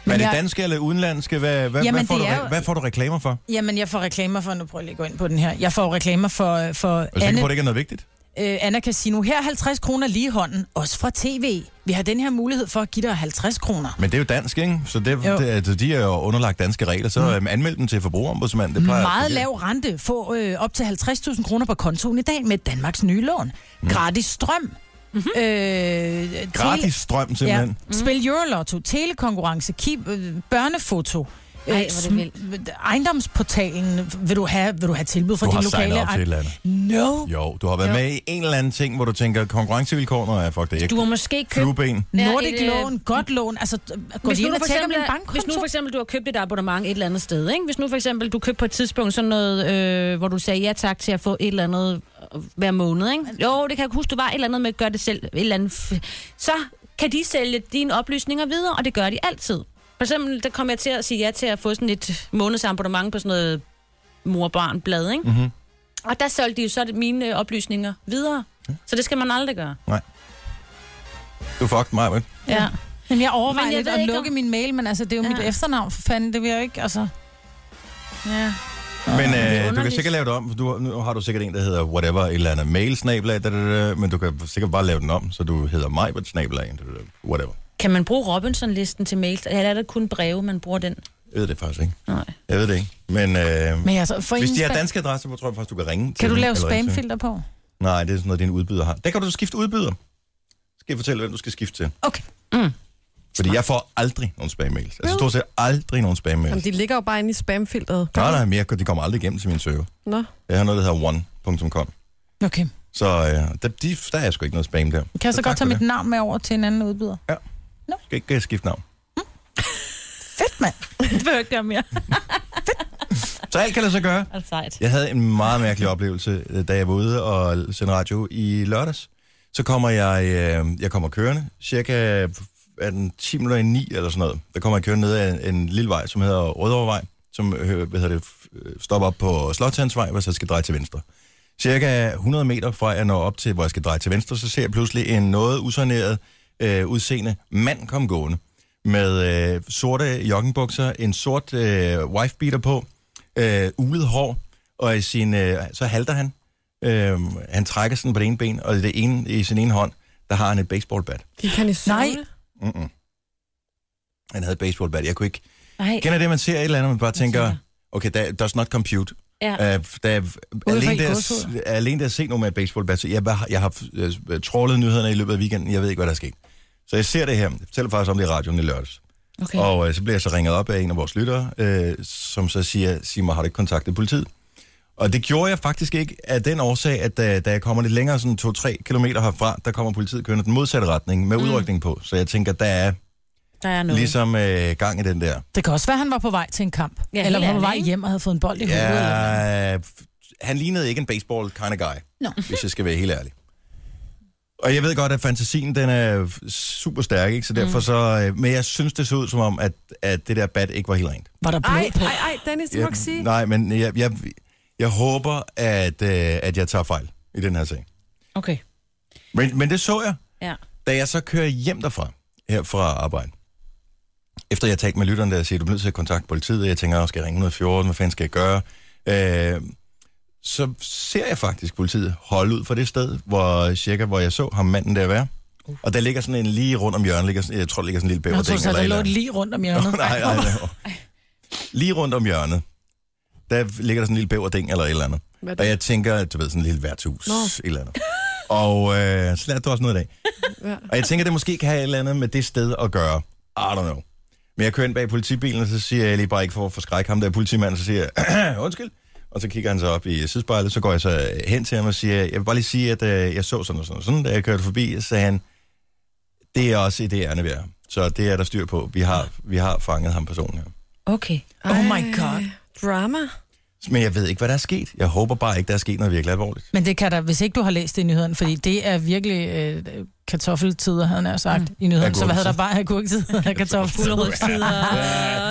S1: Men er det
S2: jeg-
S1: danske eller udenlandske? Hvad, hvad,
S2: Jamen,
S1: hvad, får,
S2: det
S1: du,
S2: er
S1: re-
S2: jo-
S1: hvad får du reklamer for? Altså,
S2: Jamen, jeg får reklamer for, nu prøver jeg lige at gå ind på den her. Jeg får reklamer for, øh, for
S1: Jeg
S2: Anne,
S1: tænker på, at det ikke er noget vigtigt.
S2: øh, Anna Casino. Her er 50 kroner lige i hånden, også fra tv. Vi har den her mulighed for at give dig 50 kroner.
S1: Men det er jo dansk, ikke? Så det,
S2: Jo.
S1: det, altså, de er jo underlagt danske regler. Så mm. anmeld den til forbrugerombudsmanden. Det plejer at
S2: Meget
S1: fungere.
S2: lav rente. Få øh, op til 50.000 kroner på kontoen i dag med Danmarks nye lån. Gratis strøm.
S3: Mhm.
S2: Mm-hmm. Øh, tele-
S1: Mm. Gratis strøm,
S2: Ja. Mm.
S1: simpelthen. Ja.
S2: Spil Eurolotto, telekonkurrence, keep, øh, børnefoto.
S3: Ej, hvor er
S2: øh,
S3: det
S2: sm-
S3: vildt.
S2: Ejendomsportalen, vil du have, vil du have tilbud fra
S1: Du
S2: din
S1: har
S2: lokale...
S1: signet op til et eller andet.
S2: No.
S1: Jo, du har været jo.
S2: Jo.
S1: med i en eller anden ting, hvor du tænker, konkurrencevilkårene er fuck det ikke.
S3: Du har måske købt...
S1: Flueben.
S3: Ja,
S2: Nordic
S3: et, øh,
S2: lån, godt lån, altså øh, går de ind og tjekker min
S3: er- hvis nu
S2: bankkonto?
S3: for eksempel du har købt et abonnement et eller andet sted, ikke? hvis nu for eksempel du købte på et tidspunkt sådan noget, øh, hvor du sagde ja tak til at få et eller andet øh, hver måned, ikke? jo det kan jeg huske, du var et eller andet med at gøre det selv, et eller andet f- så kan de sælge dine oplysninger videre, og det gør de altid. For eksempel, der kom jeg til at sige ja til at få sådan et månedsabonnement på sådan noget mor-barn-blad, ikke?
S1: Mhm.
S3: Og der solgte de jo så mine øh, oplysninger videre. Så det skal man aldrig gøre.
S1: Du fucked mig, vel?
S3: Ja.
S2: Jamen, jeg
S3: Men
S2: overvejer
S3: jeg
S2: lidt
S3: ved
S2: at
S3: ikke,
S2: lukke
S3: om-
S2: min mail, men altså, det er jo ja. mit
S3: Ja.
S2: efternavn, for fanden, det vil jeg jo ikke, altså.
S3: ja.
S1: Men
S3: det er
S1: øh, du kan
S3: underligt.
S1: sikkert lave det om. for Du, nu har du sikkert en, der hedder whatever, et eller andet mail snabla, da, da, da, men du kan sikkert bare lave den om, så du hedder mig, men snabla, da, da, da, whatever.
S3: Kan man bruge Robinson-listen til mails? Eller er det kun breve, man bruger den?
S1: Jeg ved det faktisk ikke.
S3: Nej. (laughs)
S1: Jeg ved det ikke. Men, øh,
S2: Men altså, for
S1: hvis
S2: en
S1: de har
S2: spam-
S1: danske adresser, så tror jeg faktisk, du kan ringe til
S2: Kan du
S1: dem,
S2: lave
S1: eller ringe til dem.
S2: spamfilter på?
S1: Nej, det er sådan noget, din udbyder har. Der kan du skifte udbyder. Så Skal jeg fortælle, hvem du skal skifte til?
S2: Okay.
S1: Fordi jeg får aldrig nogen spam-mails. Altså stort set aldrig nogen
S4: Jamen,
S1: spam-mails.
S4: de ligger jo bare inde i spamfilteret.
S1: Nej, nej, men jeg, de kommer aldrig igennem til min server.
S4: Nå.
S1: Jeg har noget, der hedder one.com.
S2: Okay.
S1: Så øh, der, de, der er sgu ikke noget spam der.
S2: Kan jeg så,
S1: tak
S2: godt tage
S1: for
S2: mit
S1: det.
S2: navn med over til en anden udbyder?
S1: Skal ikke øh, skifte navn.
S2: Fedt, mand.
S3: (laughs) Det behøver jeg ikke gøre mere.
S1: Så alt kan lade sig gøre.
S3: Er det sejt?
S1: Jeg havde en meget mærkelig oplevelse, øh, da jeg var ude og sende radio i lørdags. Så kommer jeg, øh, jeg kommer kørende, cirka er den 10 minutter i 9 eller sådan noget. Der kommer jeg kørende ned ad en, en lille vej, som hedder Rødovrevej, som øh, hvad hedder det, f- øh, stopper op på Slottshandsvej, hvor jeg så skal dreje til venstre. Cirka 100 meter fra jeg når op til, hvor jeg skal dreje til venstre, så ser jeg pludselig en noget usaneret øh, udseende mand komme gående med øh, sorte joggingbukser, en sort øh, wifebeater på, øh, ulet hår, og i sin, øh, så halter han. Øh, han trækker sådan på det ene ben, og i, det ene, i sin ene hånd, der har han et baseballbat.
S4: Gik han i søvne?
S2: Nej.
S1: Mm-mm. Han havde et baseballbat. Jeg kunne ikke...
S3: Nej.
S1: Kender det, man ser et eller andet, man bare tænker,
S3: tænker-
S1: okay, that does not compute.
S3: Ja.
S1: Ja. Uh, der, alene,
S2: i
S1: der,
S2: gåsehud.
S1: alene der at se nogen med et baseballbat, så jeg, har- jeg har øh, trålet nyhederne i løbet af weekenden, jeg ved ikke, hvad der er sket. Så jeg ser det her, jeg fortæller faktisk om det i radioen i lørdags.
S3: Okay.
S1: Og øh, så bliver jeg så ringet op af en af vores lyttere, øh, som så siger, sig mig, har du ikke kontaktet politiet? Og det gjorde jeg faktisk ikke af den årsag, at øh, da, da jeg kommer lidt længere, sådan 2-3 kilometer herfra, der kommer politiet kørende den modsatte retning med udrykning på. Så jeg tænker, der er
S3: Der er noget.
S1: ligesom øh, gang i den der.
S2: Det kan også være, at han var på vej til en kamp.
S3: Ja,
S2: Ja, eller
S3: helt
S2: var på
S3: ærligt,
S2: vej
S3: ikke?
S2: hjem og havde fået en bold i hovedet. eller noget.
S1: Ja, f- han lignede ikke en baseball kind of guy,
S2: Nå.
S1: hvis jeg skal være helt ærlig. Og jeg ved godt, at fantasien den er f- super stærk, ikke? så derfor så... øh, Men jeg synes, det så ud som om, at, at det der bat ikke var helt rent.
S2: Var der
S4: Ej,
S2: blod på?
S4: ej, ej, Dennis, du må ikke sige.
S1: nej, men jeg, jeg, jeg håber, at, øh, at jeg tager fejl i den her sag.
S3: Okay.
S1: Men, men det så jeg,
S3: Ja.
S1: da jeg så kører hjem derfra, her fra arbejde. Efter jeg talte med lytteren, der siger, du bliver nødt til at kontakte politiet, jeg tænker, "Åh, skal jeg ringe 114, hvad fanden skal jeg gøre? Øh, så ser jeg faktisk politiet holde ud fra det sted, hvor cirka hvor jeg så ham manden der være. Og der ligger sådan en lige rundt om hjørnet, ligger, sådan- jeg tror, der ligger sådan en lille
S2: Nå, Jeg
S1: bæverding.
S2: tror,
S1: eller
S2: så der
S1: et eller
S2: lå et
S1: andet.
S2: lige rundt om
S1: Nå,
S2: hjørnet.
S1: nej, nej, nej. Lige rundt om hjørnet, der ligger der sådan en lille bæverding eller et eller andet.
S4: Hvad er
S1: Og
S4: det?
S1: jeg tænker, at du ved, sådan et lille værtshus,
S4: Nå.
S1: et eller andet. Og øh, så lærte du også noget i dag.
S4: (laughs) Ja.
S1: Og jeg tænker, det måske kan have et eller andet med det sted at gøre. I don't know. Men jeg kører ind bag politibilen, og så siger jeg lige bare ikke for at forskrække ham, der er politimanden, så siger jeg, (clears throat) undskyld. Og så kigger han så op i sidespejlet, så går jeg så hen til ham og siger, jeg vil bare lige sige, at øh, jeg så sådan og sådan og sådan, da jeg kørte forbi, så sagde han, det er også i det ærne, vi er. Så det er der styr på. Vi har, vi har fanget ham personen her.
S3: Okay.
S2: Oh my god.
S4: Drama.
S1: Men jeg ved ikke, hvad der er sket. Jeg håber bare ikke, der er sket noget virkelig alvorligt.
S2: Men det kan der, hvis ikke du har læst det i nyhederne, fordi det er virkelig øh, kartoffeltider, havde han nær sagt, mm. i nyhederne. Så hvad havde der bare
S1: (laughs)
S2: agurktider og kartoffeltider?
S3: Gulerodstider.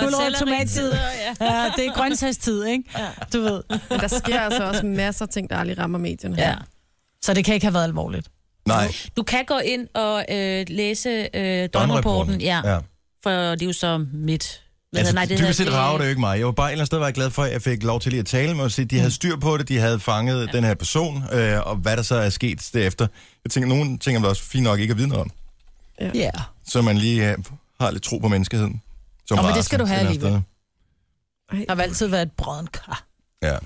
S2: Gulerod,
S3: selleri-
S2: tomattider.
S3: Ja.
S2: Ja, det er grøntsagstid, ikke? Du ved.
S4: Men der sker altså også masser af ting, der aldrig rammer medierne.
S3: ja.
S2: Så det kan ikke have været alvorligt.
S1: Nej,
S3: Du kan gå ind og øh, læse øh,
S1: Døgnrapporten.
S3: døgnrapporten, ja, ja. for det er jo så mit... Hvad
S1: Altså,
S3: hedder-
S1: nej, det
S3: hedder-
S1: dybest set rager det jo ikke mig. Jeg var bare et eller andet sted var jeg glad for, at jeg fik lov til lige at tale med og sige, de havde styr på det, de havde fanget ja. den her person, øh, og hvad der så er sket derefter. Jeg tænker, nogle ting er vel også fint nok ikke at vide noget om,
S2: Ja. Yeah.
S1: så man lige øh, har lidt tro på menneskeheden. Som
S2: Nå, men det
S1: race
S2: skal du have
S1: et eller andet
S2: alligevel.
S4: Ej.
S2: Der har altid været et brødent kar.
S1: sted. Ja.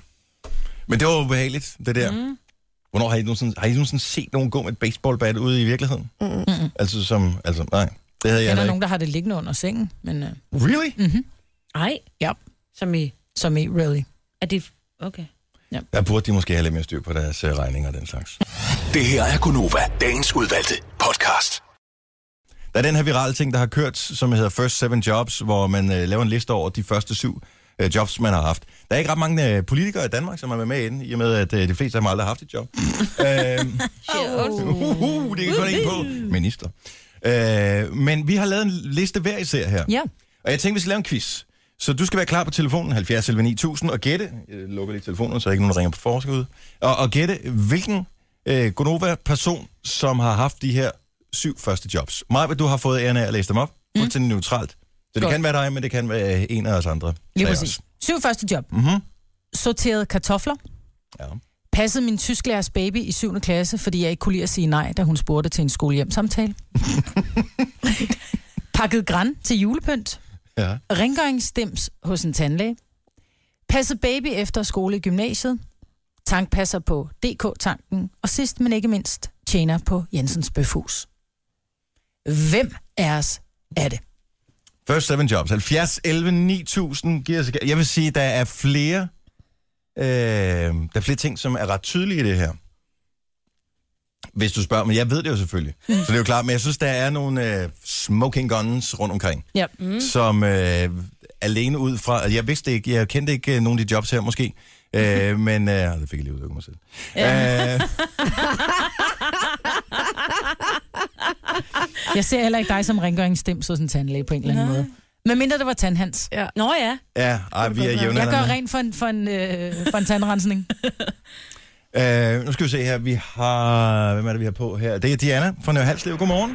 S1: Men det var ubehageligt, det der. Mm. Hvornår har I nogensinde, har I nogensinde set nogen gå med et baseballbat ude i virkeligheden? Mm. Altså som, altså nej, det havde jeg
S2: Ja, der
S1: heller
S2: er
S1: ikke.
S2: nogen, der har det liggende under sengen, men øh,
S1: Really? Mm.
S3: Nej.
S2: Ja.
S3: Som i...
S2: som i really.
S3: Er det... Okay.
S1: Der burde de måske have lidt mere styr på deres øh, regninger og den slags.
S5: Det her er Gunova, dagens udvalgte podcast.
S1: Der er den her virale ting, der har kørt, som hedder First Seven Jobs, hvor man øh, laver en liste over de første syv øh, jobs, man har haft. Der er ikke ret mange øh, politikere i Danmark, som har været med inden, i og med, at øh, de fleste af dem aldrig har haft et job. øhm, uh, uh, det kan godt ikke på. Minister. Øh, men vi har lavet en liste hver især her.
S2: Ja.
S1: Og jeg tænkte, vi skal lave en quiz. Så du skal være klar på telefonen 70 11 9000 og gætte, jeg lukker lige telefonen, så ikke nogen ringer på forskud, og, og gætte, hvilken øh, Gonova-person, som har haft de her syv første jobs. Maja, du har fået æren af at læse dem op, fuldstændig neutralt. Så det
S2: Mm. Godt.
S1: kan være dig, men det kan være øh, en af os andre.
S2: Lige
S1: Af
S2: præcis.
S1: os.
S2: Syv første job. Mm-hmm. Sorterede kartofler.
S1: Ja.
S2: Passede min tysklærers baby i 7. klasse, fordi jeg ikke kunne lide at sige nej, da hun spurgte til en (laughs) skolehjemsamtale. Pakket græn til julepynt.
S1: ja.
S2: Rengøringsstems hos en tandlæge. Passet baby efter skole i gymnasiet. Tankpasser på DK-tanken. Og sidst, men ikke mindst, tjener på Jensens Bøfhus. Hvem af os er det?
S1: First Seven Jobs. 70, 11, 9000. Giver sig. Jeg vil sige, der er flere, øh, der er flere ting, som er ret tydelige i det her. Hvis du spørger, men jeg ved det jo selvfølgelig. Så det er jo klart, men jeg synes, der er nogle øh, smoking guns rundt omkring,
S2: Ja.
S1: mm. som øh, alene ud fra... altså, Jeg vidste ikke, jeg kendte ikke øh, nogen af de jobs her måske.
S2: (laughs)
S1: Øh, men... Øh, det fik jeg lige ud af mig selv. Ja. Øh,
S2: Jeg ser heller ikke dig som rengøringsstem, så sådan tandlæge på en eller anden
S3: Nej.
S2: måde. Men mindre det var tandhans.
S4: Ja.
S3: Nå ja.
S1: ja, ej, vi er jævne.
S2: Jeg gør rent for en, for en, øh, for en tandrensning.
S1: Øh, nu skal vi se her. Vi har... Hvem er det, vi har på her? Det er Diana fra Nørre Halslev. Godmorgen.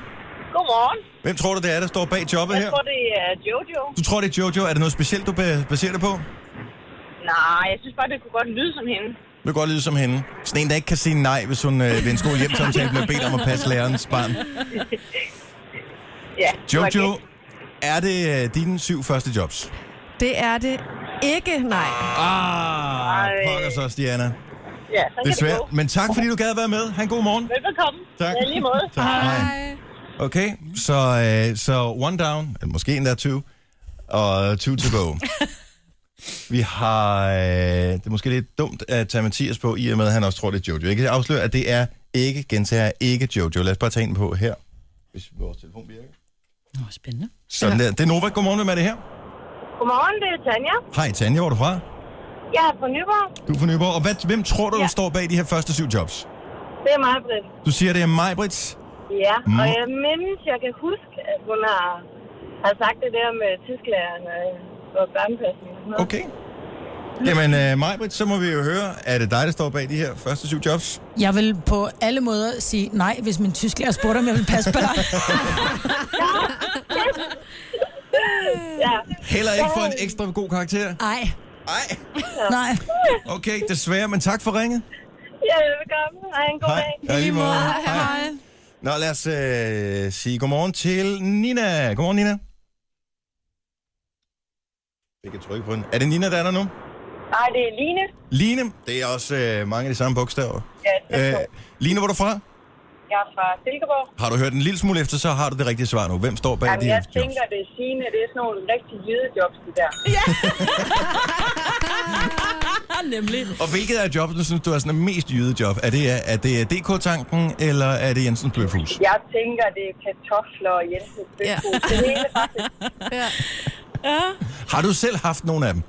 S7: Godmorgen.
S1: Hvem tror du, det er, der står bag jobbet
S7: Jeg
S1: her?
S7: tror, det er Jojo.
S1: Du tror, det er Jojo. Er det noget specielt, du ba- baserer det på?
S7: Nej, jeg synes bare, det kunne godt lyde som hende.
S1: Det kan godt lyde som hende. Sådan en, der ikke kan sige nej, hvis hun øh, ved en skole hjemsamtale bliver bedt om at passe lærerens barn.
S7: Ja,
S1: Jojo, er det øh, dine syv første jobs?
S4: Det er det ikke, nej.
S1: Ah, pokker så også, Diana.
S7: Ja, så
S1: Det
S7: kan
S1: er
S7: det gå.
S1: svært. Men tak, fordi du gad at være med. Ha' en god morgen.
S7: Velbekomme.
S1: Tak.
S7: Ja, lige måde.
S1: Tak. Hej. Okay, så, øh, så one down, eller måske endda two, og two to go. Vi har... Øh, det er måske lidt dumt at tage Mathias på, i og med, at han også tror, det er Jojo. Jeg kan afsløre, at det er ikke, gentager jeg, ikke Jojo. Lad os bare tage en på her, hvis vores telefon virker.
S3: Nå, spændende.
S1: Sådan der. Det er Nova. Godmorgen, hvem er det her?
S7: Godmorgen, det er Tanja.
S1: Hej Tanja, hvor er du fra?
S7: Jeg er fra Nyborg.
S1: Du er fra Nyborg. Og hvad, hvem tror du, ja.
S7: Ja.
S1: du står bag de her første syv jobs?
S7: Det er mig, Britt.
S1: Du siger, det er mig, Brits.
S7: Ja, og
S1: Mm.
S7: jeg mindes, jeg kan huske, at hun har, har sagt det der med tysklæreren og børnepasning.
S1: Okay. Jamen, øh, mig, Brits, så må vi jo høre, er det dig, der står bag de her første syv jobs?
S2: Jeg vil på alle måder sige nej, hvis min tysklærer spurgte, om jeg vil passe på dig.
S3: (laughs)
S7: Ja,
S1: Heller ikke for en ekstra god karakter?
S2: Ej,
S1: Nej.
S2: nej.
S1: Okay, desværre, men tak for ringet.
S7: ja velbekomme. Hej, en god dag.
S1: Ja, lige måde. Hej. Nå, lad os øh, sige godmorgen til Nina. Godmorgen, Nina. Jeg kan trykke på den. Er det Nina, der er der nu?
S7: Nej, det er Line.
S1: Line, det er også øh, mange af de samme bogstaver.
S7: Ja, det er
S1: Øh,
S7: sjovt.
S1: Line, hvor er du fra?
S7: jeg er fra Silkeborg.
S1: Har du hørt en lille smule efter, så har du det rigtige svar nu. Hvem står bag
S7: Jamen,
S1: de her
S7: jeg
S1: jobs?
S7: tænker, det er Signe. Det er sådan nogle rigtig hvide jobs, det der.
S3: Nemlig.
S1: Og hvilket af jobbene synes du er sådan er mest jyde job? Er det, er det DK-tanken, eller er det Jensens Bløfhus?
S7: Jeg tænker, det er kartofler og Jensens
S4: Ja.
S7: Bøfhus. Det hele faktisk.
S4: Ja.
S1: Har du selv haft nogen af dem?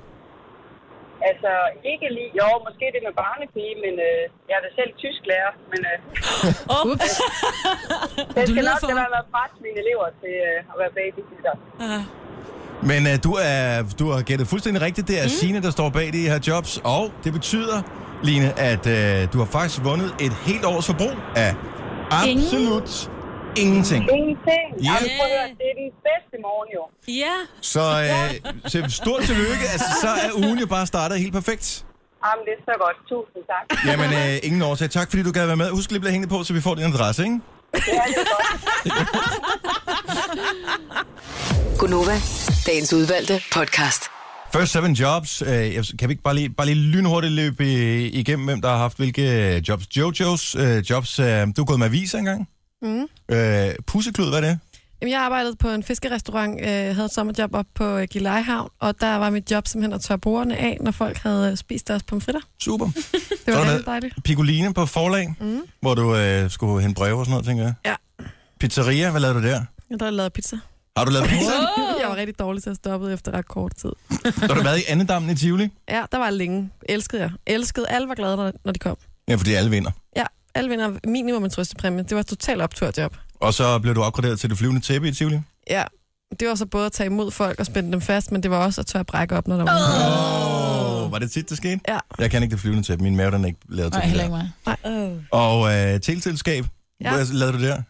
S7: Altså, ikke lige... Jo, måske det med barnepige, men øh, jeg er da selv tysklærer. Men
S2: (laughs)
S7: øh,
S3: Ups.
S7: det
S2: Du
S7: skal
S2: lyder
S7: nok
S2: for-
S7: for... være noget pres mine elever til øh, at være babysitter.
S1: Men uh, du, er, du har gættet fuldstændig rigtigt. Det er mm. Signe, der står bag de her jobs. Og det betyder, Line, at uh, du har faktisk vundet et helt års forbrug af absolut Ingen. ingenting.
S7: Ingenting.
S1: Ja.
S7: Jamen, prøv at høre, det er den bedste morgen jo.
S3: Ja.
S1: Så, uh, så stort tillykke. Altså, så er ugen jo bare startet helt perfekt.
S7: Jamen, det er så godt. Tusind tak.
S1: Jamen, øh, ingen årsag. Tak, fordi du gad være med. Husk lige at blive hængende på, så vi får din adresse, ikke?
S6: Gunova, dagens udvalgte podcast.
S1: First Seven Jobs. Øh, jeg- kan vi ikke bare lige, bare lige lynhurtigt løbe øh, igennem, hvem der har haft hvilke øh, jobs? Jojos øh, jobs. Øh, du har gået med aviser engang. Mm. Øh, pusseklud, hvad er det?
S4: Jamen, jeg arbejdede på en fiskerestaurant, øh, havde et sommerjob op på øh, Gilleleje Havn, og der var mit job simpelthen at tørre bordene af, når folk havde øh, spist deres pomfritter.
S1: Super.
S4: Det var
S1: Sådan.
S4: rigtig dejligt.
S1: Picoline på forlag, mm. hvor du øh, skulle hente breve og sådan noget, tænker jeg.
S4: Ja.
S1: Pizzeria, hvad lavede du der?
S4: Jeg der lavede pizza.
S1: Har du lavet pizza?
S4: Jeg var rigtig dårlig til at stoppe efter ret kort tid.
S1: Så har du været i Andedammen i Tivoli?
S4: Ja, der var jeg længe. Elskede jeg. Elskede. Alle var glade, når- når de kom.
S1: Ja, fordi alle vinder.
S4: Ja, alle vinder minimum en trøstepræmie. Det var et totalt opturjob.
S1: Og så blev du opgraderet til det flyvende tæppe i Tivoli.
S4: Ja, det var så både at tage imod folk og spænde dem fast, men det var også at tør brække op, når der var nogen.
S1: Åh, oh, var det tit, det skete?
S4: Ja.
S1: Jeg kan ikke det flyvende tæppe. Min mave, den er ikke lavet til
S2: Nej,
S1: det
S2: heller
S1: der.
S2: ikke mig.
S1: Og øh, teleselskab, ja.
S4: Ja.
S1: hvad lavede du der?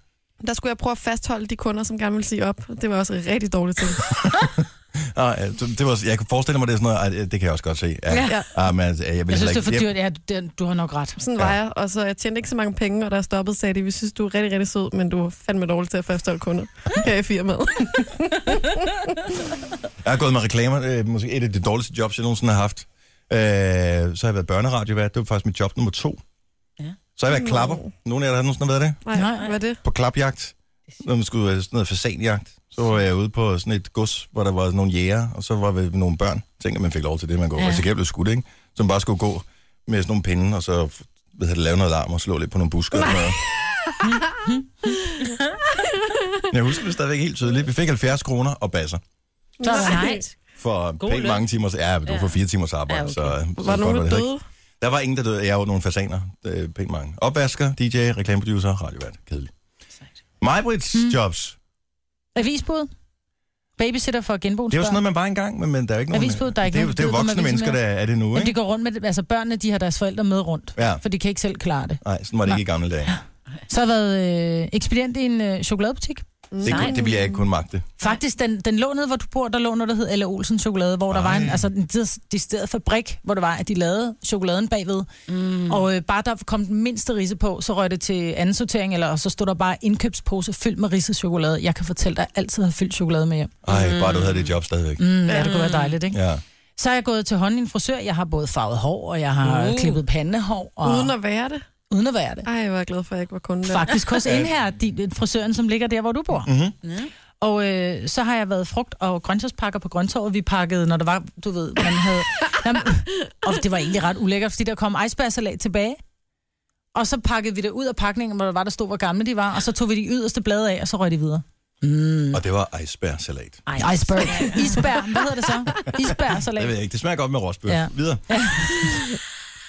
S4: Der skulle jeg prøve at fastholde de kunder, som gerne ville sige op. Det var også rigtig dårligt til.
S1: Nej, øh, det det var, jeg kan forestille mig, det er sådan noget, ej, det kan jeg også godt se. Ja.
S4: Ja.
S1: Ah, men, altså, jeg, vil
S2: Jeg synes, det
S1: heller
S2: er for
S1: ikke-
S2: dyrt. Ja, du, du har nok ret.
S4: Sådan var jeg, og så jeg tjente ikke så mange penge, og der stoppede, sagde de, vi synes, du er rigtig, rigtig sød, men du er fandme dårlig til at fastholde kunder her i firmaet.
S1: Jeg, jeg har gået med reklamer, øh, måske et af de dårligste jobs, jeg nogensinde har haft. Øh, så har jeg været børneradiovært, det var faktisk mit job nummer to.
S3: Ja.
S1: Så har jeg været
S4: Nå.
S1: klapper. Nogle af jer, der har nogensinde været det?
S4: Nej,
S2: Nej.
S4: hvad er det?
S1: På klapjagt, når man skulle øh, sådan noget fasanjagt. Så var jeg ude på sådan et gods, hvor der var nogle jæger, og så var vi nogle børn. Jeg tænkte, at man fik lov til det, man går. Ja.
S3: Ja.
S1: Og så blev skudt, ikke? Som bare skulle gå med sådan nogle pinde, og så ved jeg, lave noget larm og slå lidt på nogle busker. Og sådan noget. Jeg husker det stadigvæk helt tydeligt. Vi fik 70 kroner og basser.
S2: Så er det
S4: Nej.
S2: sejt.
S1: for
S3: God
S1: pænt
S3: løn.
S1: mange timers... Ja, det var for fire timers arbejde, ja,
S3: Ja,
S1: okay.
S3: okay.
S1: så... så
S4: Var
S1: godt
S4: nogen, der
S1: det heller
S4: døde?
S1: ikke. Der var ingen, der døde. Jeg var nogle fasaner. Øh, pænt mange. Opvasker, DJ, reklameproducer, radiovært. Kedeligt. Majbrits mm. jobs.
S2: Avisbud. Babysitter for genbrugsbørn.
S1: Det er jo sådan noget, man var engang, men, men der er jo ikke nogen...
S2: Avisbud, der er ikke
S1: det, er, jo-
S2: nogen,
S1: det er jo
S2: der ved,
S1: voksne
S2: om avisen
S1: mennesker, der er det nu,
S2: Jamen,
S1: ikke?
S2: de går rundt med, det. altså børnene, de har deres forældre med rundt,
S1: Ja.
S2: for de kan ikke selv klare det.
S1: Nej, sådan var det ikke i gamle dage.
S2: Så har jeg været øh, ekspedient i en øh, chokoladebutik.
S1: Det, kunne- det ville jeg ikke kunne magte.
S2: Faktisk, den, den lå nede, hvor du bor, der lå noget, der hed Ella Olsen Chokolade, hvor Ej. der var en, altså, en decideret fabrik, hvor det var, at de lavede chokoladen bagved. Mm. Og øh, bare der kom den mindste risse på, så røg det til anden sortering, eller og så stod der bare indkøbspose fyldt med risset chokolade. Jeg kan fortælle dig, at jeg altid har fyldt chokolade med hjem.
S1: Ej, bare du havde det job stadigvæk. Mm.
S2: Mm, ja, det kunne være dejligt, ikke? Ja.
S1: Ja.
S2: Så er jeg gået til hånden i en frisør. Jeg har både farvet hår, og jeg har uh.
S3: Uh.
S2: klippet pandehår. Og,
S4: Uden at være det?
S2: uden at være det.
S4: Ej, hvor er jeg glad for, at jeg ikke var kunde der.
S2: Faktisk hos en her, din, frisøren, som ligger der, hvor du bor. Mm-hmm. Og øh, så har jeg været frugt- og grøntsagspakker på Grøntorvet. Vi pakkede, når der var, du ved, man havde... Jamen, og det var egentlig ret ulækkert, fordi der kom icebergsalat tilbage. Og så pakkede vi det ud af pakningen, hvor der var, der stod, hvor gamle de var. Og så tog vi de yderste blade af, og så røg de videre. Mm.
S1: Og det var icebergsalat.
S2: Ej, iceberg. Isbær. Hvad hedder det så?
S1: Det ved
S2: (laughs) Isbærsalat.
S1: jeg ikke. Det smager godt med rosbøf. Ja.
S2: Ja.
S1: Videre.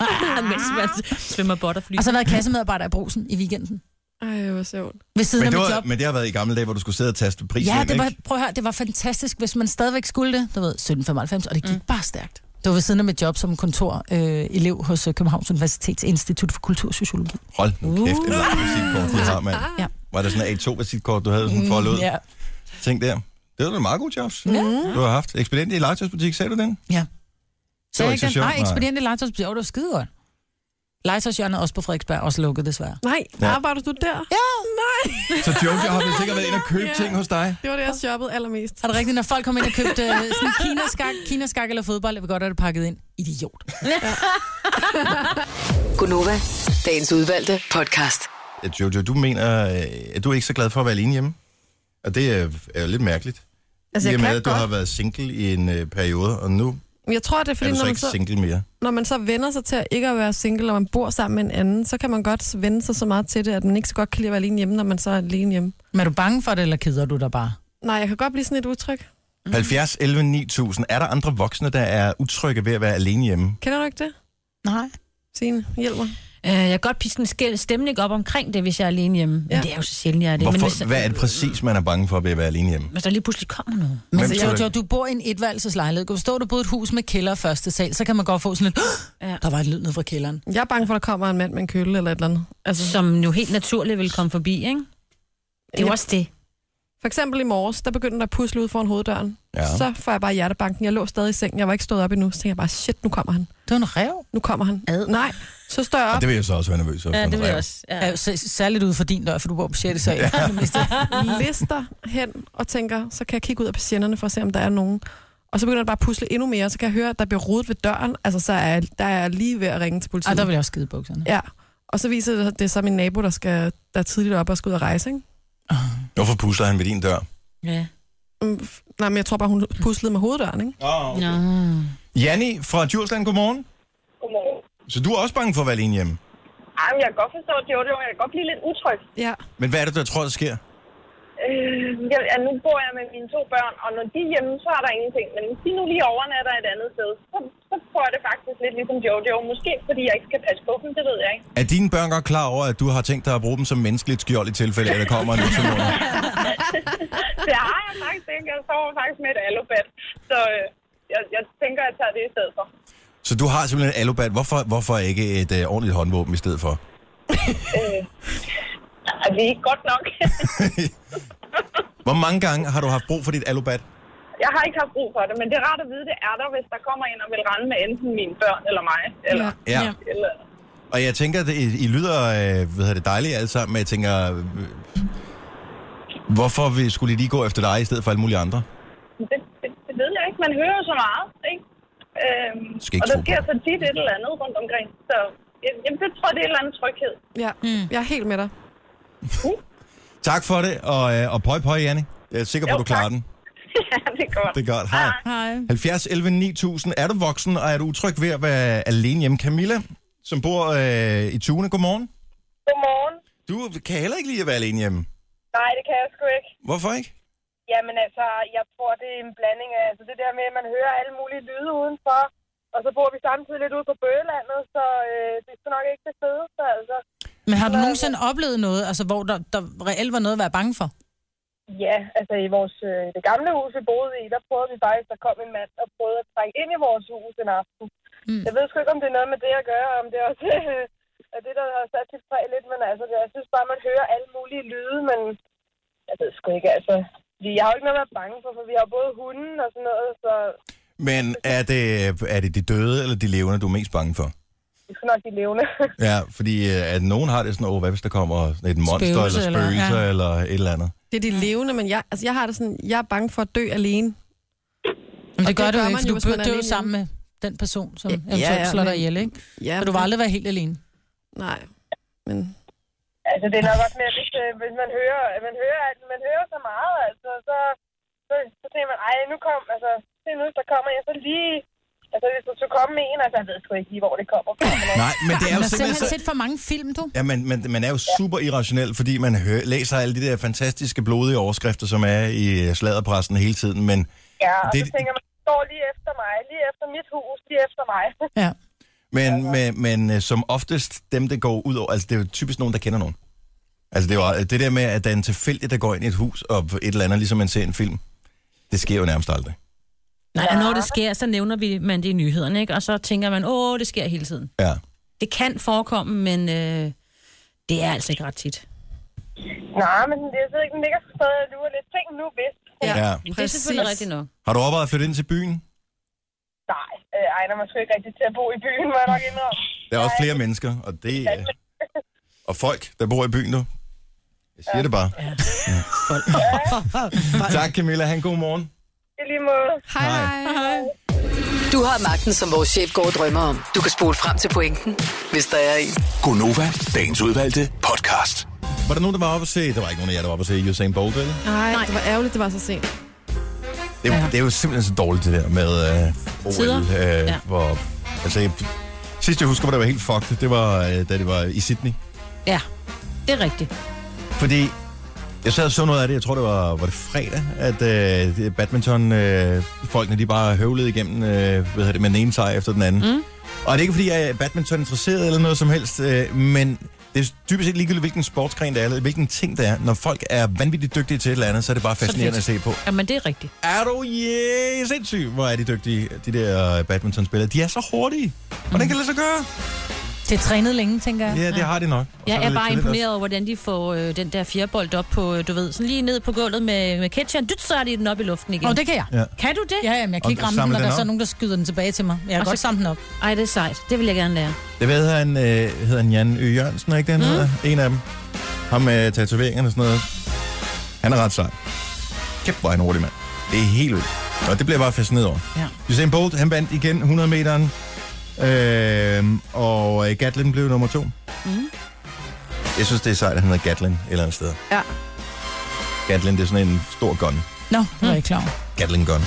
S3: Ah, mens man svømmer butterfly.
S2: Og så har jeg været kassemedarbejder i brusen i weekenden.
S4: Ej, hvor sjovt.
S2: Ved siden
S1: Men
S2: af
S1: det,
S2: mit
S1: var,
S2: job.
S1: men det har været i gamle dage, hvor du skulle sidde og taste prisen
S2: Ja,
S1: ind,
S2: det var,
S1: ikke?
S2: prøv at høre, det var fantastisk, hvis man stadigvæk skulle det, du ved, 1795, og det gik mm. bare stærkt. Det var ved siden af mit job som kontorelev øh, elev hos øh, Københavns Universitets Institut for Kultursociologi.
S1: Hold nu kæft, det var visitkort, du har, mand.
S2: Ja.
S1: Var det sådan en A2-visitkort, du havde sådan foldet ud?
S2: Ja.
S1: Tænk der. Det var da en meget god jobs, ja. du har haft. Ekspedient i legetøjsbutik, sagde du den?
S2: ja.
S1: Det var ikke så
S2: den-
S1: sjovt.
S2: Nej, ekspedient i Legetøjs, jo, det var skide godt. Legetøjshjørnet også på Frederiksberg, også lukket desværre.
S4: Nej,
S1: Ja.
S4: ja. arbejder du der?
S2: Ja.
S4: Nej,
S1: Så Jojo har vel sikkert været inde og købe
S4: Ja.
S1: ting hos dig.
S4: det var det, jeg shoppede allermest.
S2: Er det rigtigt, når folk kommer ind og købte øh, sådan kinaskak, kinaskak eller fodbold, jeg vil godt have det pakket ind? Idiot.
S6: Gunova, dagens udvalgte podcast.
S1: Ja, Jojo, du mener, øh, at du er ikke så glad for at være alene hjemme. Og det er, er jo lidt mærkeligt.
S4: Altså,
S1: I
S4: jeg
S1: og med,
S4: kan
S1: at du
S4: godt.
S1: har været single i en øh, periode, og nu
S4: Men Jeg tror, det er
S1: er
S4: fordi,
S1: du
S4: når
S1: så
S4: man,
S1: ikke
S4: så,
S1: single mere.
S4: når man så vender sig til at ikke at være single, og man bor sammen med en anden, så kan man godt vende sig så meget til det, at man ikke så godt kan lide at være alene hjemme, når man så er alene hjemme.
S2: Men er du bange for det, eller keder du dig bare?
S4: Nej, jeg kan godt blive sådan et utryg.
S1: Mm. 70, 11, 9000. Er der andre voksne, der er utrygge ved at være alene hjemme?
S4: Kender du ikke det?
S2: Nej.
S4: Signe, hjælp mig.
S3: Øh, jeg kan godt piske en skæld stemning op omkring det, hvis jeg er alene hjemme. Men
S4: Ja.
S3: det er jo så sjældent, jeg er det. Men hvis,
S1: Hvorfor, hvad er det præcis, man er bange for ved at være alene hjemme?
S3: hvis der lige pludselig kommer nogen.
S2: Men
S1: Hvem
S2: så,
S1: tror
S2: jo,
S1: du-
S2: Altså, jo, du bor i en etværelseslejlighed. Du forstår, du boede i et hus med kælder og første sal, så kan man godt få sådan lidt...
S3: Ja.
S2: Der var et lyd ned fra kælderen.
S4: Jeg er bange for, at der kommer en mand med en kølle eller et eller andet.
S3: Altså, som jo helt naturligt vil komme forbi, ikke? Det er jo
S4: Ja.
S3: også det.
S4: For eksempel i morges, der begyndte der at pusle ud foran hoveddøren.
S1: Ja.
S4: Så får jeg bare hjertebanken. Jeg lå stadig i sengen. Jeg var ikke stået op endnu. Så tænkte jeg bare, shit, nu kommer han.
S2: Det var en rev.
S4: Nu kommer han.
S3: Ad.
S4: Nej, så står jeg
S1: Og
S4: op.
S1: det vil jeg så også være nervøs for.
S3: Ja, det vil jeg også.
S2: Ja, s- særligt ud for din dør, for du bor på 6. sal. Ja.
S4: (laughs) lister hen og tænker, så kan jeg kigge ud af patienterne for at se, om der er nogen. Og så begynder det bare at pusle endnu mere, så kan jeg høre, at der bliver rodet ved døren. Altså, så er jeg, der er jeg lige ved at ringe
S2: (laughs)
S4: til
S2: Ej,
S4: politiet.
S2: der vil jeg også skide i bukserne.
S4: Ja, og så viser det, sig, at det er så min nabo, der, skal, der er tidligt op og skal ud og rejse, ikke?
S1: Hvorfor pusler han ved din dør?
S3: Ja.
S4: Mm, f- Nej, men jeg tror bare, hun puslede med hoveddøren, ikke?
S1: Oh.
S3: Nå.
S1: Janni fra Djursland, godmorgen.
S7: Godmorgen.
S1: Så du er også bange for at være alene hjemme.
S7: Ej, men jeg kan godt forstå, at Jojo, jeg kan godt blive lidt utryg.
S4: Ja.
S1: Men hvad er det, der tror, der sker?
S7: Øh, jeg, ja, nu bor jeg med mine to børn, og når de er hjemme, så er der ingenting. Men hvis de nu lige overnatter et andet sted, så, så får jeg det faktisk lidt ligesom Jojo. Måske fordi jeg ikke skal passe på dem, det ved jeg ikke.
S1: Er dine børn godt klar over, at du har tænkt dig at bruge dem som menneskeligt skjold i tilfælde, at der kommer en utilmål?
S7: (laughs) Det har jeg faktisk ikke. Jeg sover faktisk med et allobat. Så øh, jeg, jeg tænker, at jeg tager det i stedet for.
S1: Så du har simpelthen alubat. Hvorfor, hvorfor ikke et øh, ordentligt håndvåben i stedet for?
S7: Er det ikke godt nok?
S1: Hvor mange gange har du haft brug for dit alubat?
S7: (laughs) jeg har ikke haft brug for det, men det er rart at vide, det er der, hvis der kommer en og vil rende med enten mine børn eller mig. Eller,
S4: Ja.
S1: Ja.
S7: eller,
S1: Og jeg tænker, at I, I lyder øh, hvad hedder det, dejligt alle sammen, men jeg tænker, øh, hvorfor vi, skulle I lige gå efter dig i stedet for alle mulige andre?
S7: det, det, det ved jeg ikke. Man hører jo så meget, ikke? Øhm,
S1: Skal ikke
S7: og der
S1: tro på
S7: sker
S1: det.
S7: så tit et eller andet rundt omkring. Så jeg, jeg tror, det er en eller anden tryghed. (laughs)
S4: ja. Mm. Jeg er helt med dig.
S1: Tak for det, og, øh, og pøj pøj, Janne. Jeg er sikker på,
S7: Jo,
S1: at du klarer
S7: tak.
S1: den.
S7: ja, det er godt.
S1: Det er godt. Hej.
S2: Hej.
S1: 70 11 9000. Er du voksen, og er du utryg ved at være alene hjemme? Camilla, som bor øh, i Tune, godmorgen.
S7: Godmorgen.
S1: Du kan heller ikke lide at være alene hjemme.
S7: Nej, det kan jeg sgu ikke.
S1: Hvorfor ikke?
S7: Jamen altså, jeg tror, det er en blanding af altså, det der med, at man hører alle mulige lyde udenfor, og så bor vi samtidig lidt ude på bøgelandet, så øh, det er sgu nok ikke det fedeste, altså.
S2: Men har du nogensinde oplevet noget, altså, hvor der, der reelt var noget at være bange for?
S7: Ja, altså i vores, øh, det gamle hus, vi boede i, der prøvede vi faktisk, der kom en mand og prøvede at trænge ind i vores hus en aften. Mm. Jeg ved sgu ikke, om det er noget med det at gøre, om det også (laughs) øh, er det, der har sat sit præg lidt, men altså, det, jeg synes bare, man hører alle mulige lyde, men jeg ved sgu ikke, altså. Vi jeg har jo ikke noget at være bange for, for vi har både hunden og sådan noget, så
S1: Men er det, er det de døde eller de levende, du er mest bange for?
S7: det er sgu nok de levende. (laughs)
S1: Ja, fordi øh, at nogen har det sådan, åh, hvad hvis der kommer et monster
S2: Spøgelse
S1: spøgelse, eller
S2: eller-
S1: spøgelser eller,
S2: ja.
S1: ja. eller et eller andet?
S4: Det er
S2: Mm.
S4: de levende, men jeg, altså, jeg har det sådan, jeg er bange for at dø alene.
S2: Men det,
S4: det
S2: gør du
S4: gør
S2: jo ikke,
S4: man
S2: for
S4: jo,
S2: du
S4: hvis man er
S2: bør- dør jo
S4: alene.
S2: sammen med den person, som
S4: Ja,
S2: eventuelt
S4: ja, ja,
S2: slår dig
S4: men-
S2: ihjel, ikke?
S4: Ja,
S2: Så du vil aldrig være helt alene.
S4: Nej, men
S7: Altså, det er nok også mere, hvis, øh, hvis man hører, at man hører, at man hører så meget, altså, så, så, så tænker man, ej, nu kom, altså, se nu, der kommer jeg så lige, altså, hvis der skulle komme en, altså, jeg ved sgu ikke lige, hvor det kommer fra. men,
S1: Nej, men det er
S2: Du
S1: jo
S2: har
S1: simpelthen
S2: simpelthen
S1: så...
S2: set for mange film, du.
S1: Ja, man, man, man er jo super irrationel, fordi man hører, læser alle de der fantastiske blodige overskrifter, som er i øh, sladderpressen hele tiden, men,
S7: Ja, og det... så
S1: Det-
S7: tænker man, det står lige efter mig, lige efter mit hus, lige efter mig. (laughs)
S2: Ja.
S1: men, men, men øh, som oftest dem, det går ud over, altså det er jo typisk nogen, der kender nogen. Altså det, er jo, det der med, at der er en tilfældig, der går ind i et hus og et eller andet, ligesom man ser en film, det sker jo nærmest aldrig.
S3: Nej, og når det sker, så nævner vi man det i nyhederne, ikke? Og så tænker man, åh, det sker hele tiden.
S1: Ja.
S3: Det kan forekomme, men øh, det er altså ikke ret tit.
S7: Nej, men det, jeg ved ikke, den ligger sgu stadig og lurer lidt. Tænk nu, hvis.
S1: ja.
S3: Men det er selvfølgelig rigtigt nok.
S1: Har du overvejet at flytte ind til byen?
S7: Nej, øh, ej, når man sgu ikke rigtig til at bo i byen, må jeg nok indrømme.
S1: Der er også flere mennesker, og det er... Og folk, der bor i byen, du. Jeg siger det bare. Ja. (laughs) tak, Camilla. Han god morgen.
S7: I lige måde.
S4: hej
S1: Nej.
S4: hej.
S6: Du har magten, som vores chef går og drømmer om. Du kan spole frem til pointen, hvis der er en.
S5: Gonova, dagens udvalgte podcast.
S1: Var der nogen, der var oppe at se... Der var ikke nogen af jer, der var oppe at se Usain Bolt, vel?
S4: Nej, det var ærgerligt, det var så sent.
S1: Det, ja. det er jo simpelthen så dårligt, det der med øh,
S3: Tider.
S1: OL. Øh,
S3: Ja.
S1: ja. hvor, altså, jeg, sidst jeg husker, hvor det var helt fucked, det var, øh, da det var i Sydney.
S3: Ja, det er rigtigt.
S1: Fordi jeg sad og så noget af det, jeg tror det var, var det fredag, at øh, det- badminton-folkene, øh, folkene, de bare høvlede igennem øh, hvad hedder det, med den ene sejr efter den anden. Mm. Og det er ikke fordi, jeg er badminton interesseret eller noget som helst, øh, men det er dybest set ligegyldigt, hvilken sportsgren det er, eller hvilken ting det er. Når folk er vanvittigt dygtige til et eller andet, så er det bare fascinerende at se på.
S3: Jamen, det er rigtigt.
S1: Er du yeah, sindssyg, hvor er de dygtige, de der badmintonspillere. De er så hurtige. Hvordan kan det lade sig gøre?
S2: Det er trænet længe, tænker jeg.
S1: Mm. Ja, det har de nok. Og så
S3: Jeg
S1: lidt
S3: er bare
S1: talent også.
S3: imponeret over, hvordan de får øh, den der fjerbold op på, øh, du ved, sådan lige ned på gulvet med, med ketchup. Dyt, så er de den op i luften igen.
S2: Og det kan jeg.
S1: Ja.
S3: Kan du det?
S2: Ja, ja, men jeg kan
S1: Og
S2: ikke ramme den,
S1: samle
S2: når
S1: den
S2: der
S1: op?
S2: så er nogen, der skyder den tilbage til mig. Jeg kan
S3: Og så-
S2: godt samle den op.
S3: Ej, det er sejt. Det vil jeg gerne lære.
S1: Det ved han, øh, hedder han Jan Ø. Jørgensen, er ikke det, han mm. hedder? En af dem. Ham med tatoveringerne og sådan noget. Han er ret sej. Kæft, hvor er han hurtig, mand. Det er helt vildt. Og det bliver jeg bare fascineret over.
S3: Ja.
S1: Usain Bolt, han vandt igen 100 meteren. Øh, og øh, Gatlin blev nummer to. Mm. Jeg synes, det er sejt, at han hedder Gatlin et eller andet sted.
S4: Ja.
S1: Gatlin, det er sådan en stor gun.
S2: Nå, det var jeg ikke klar over.
S1: Gatling Gun.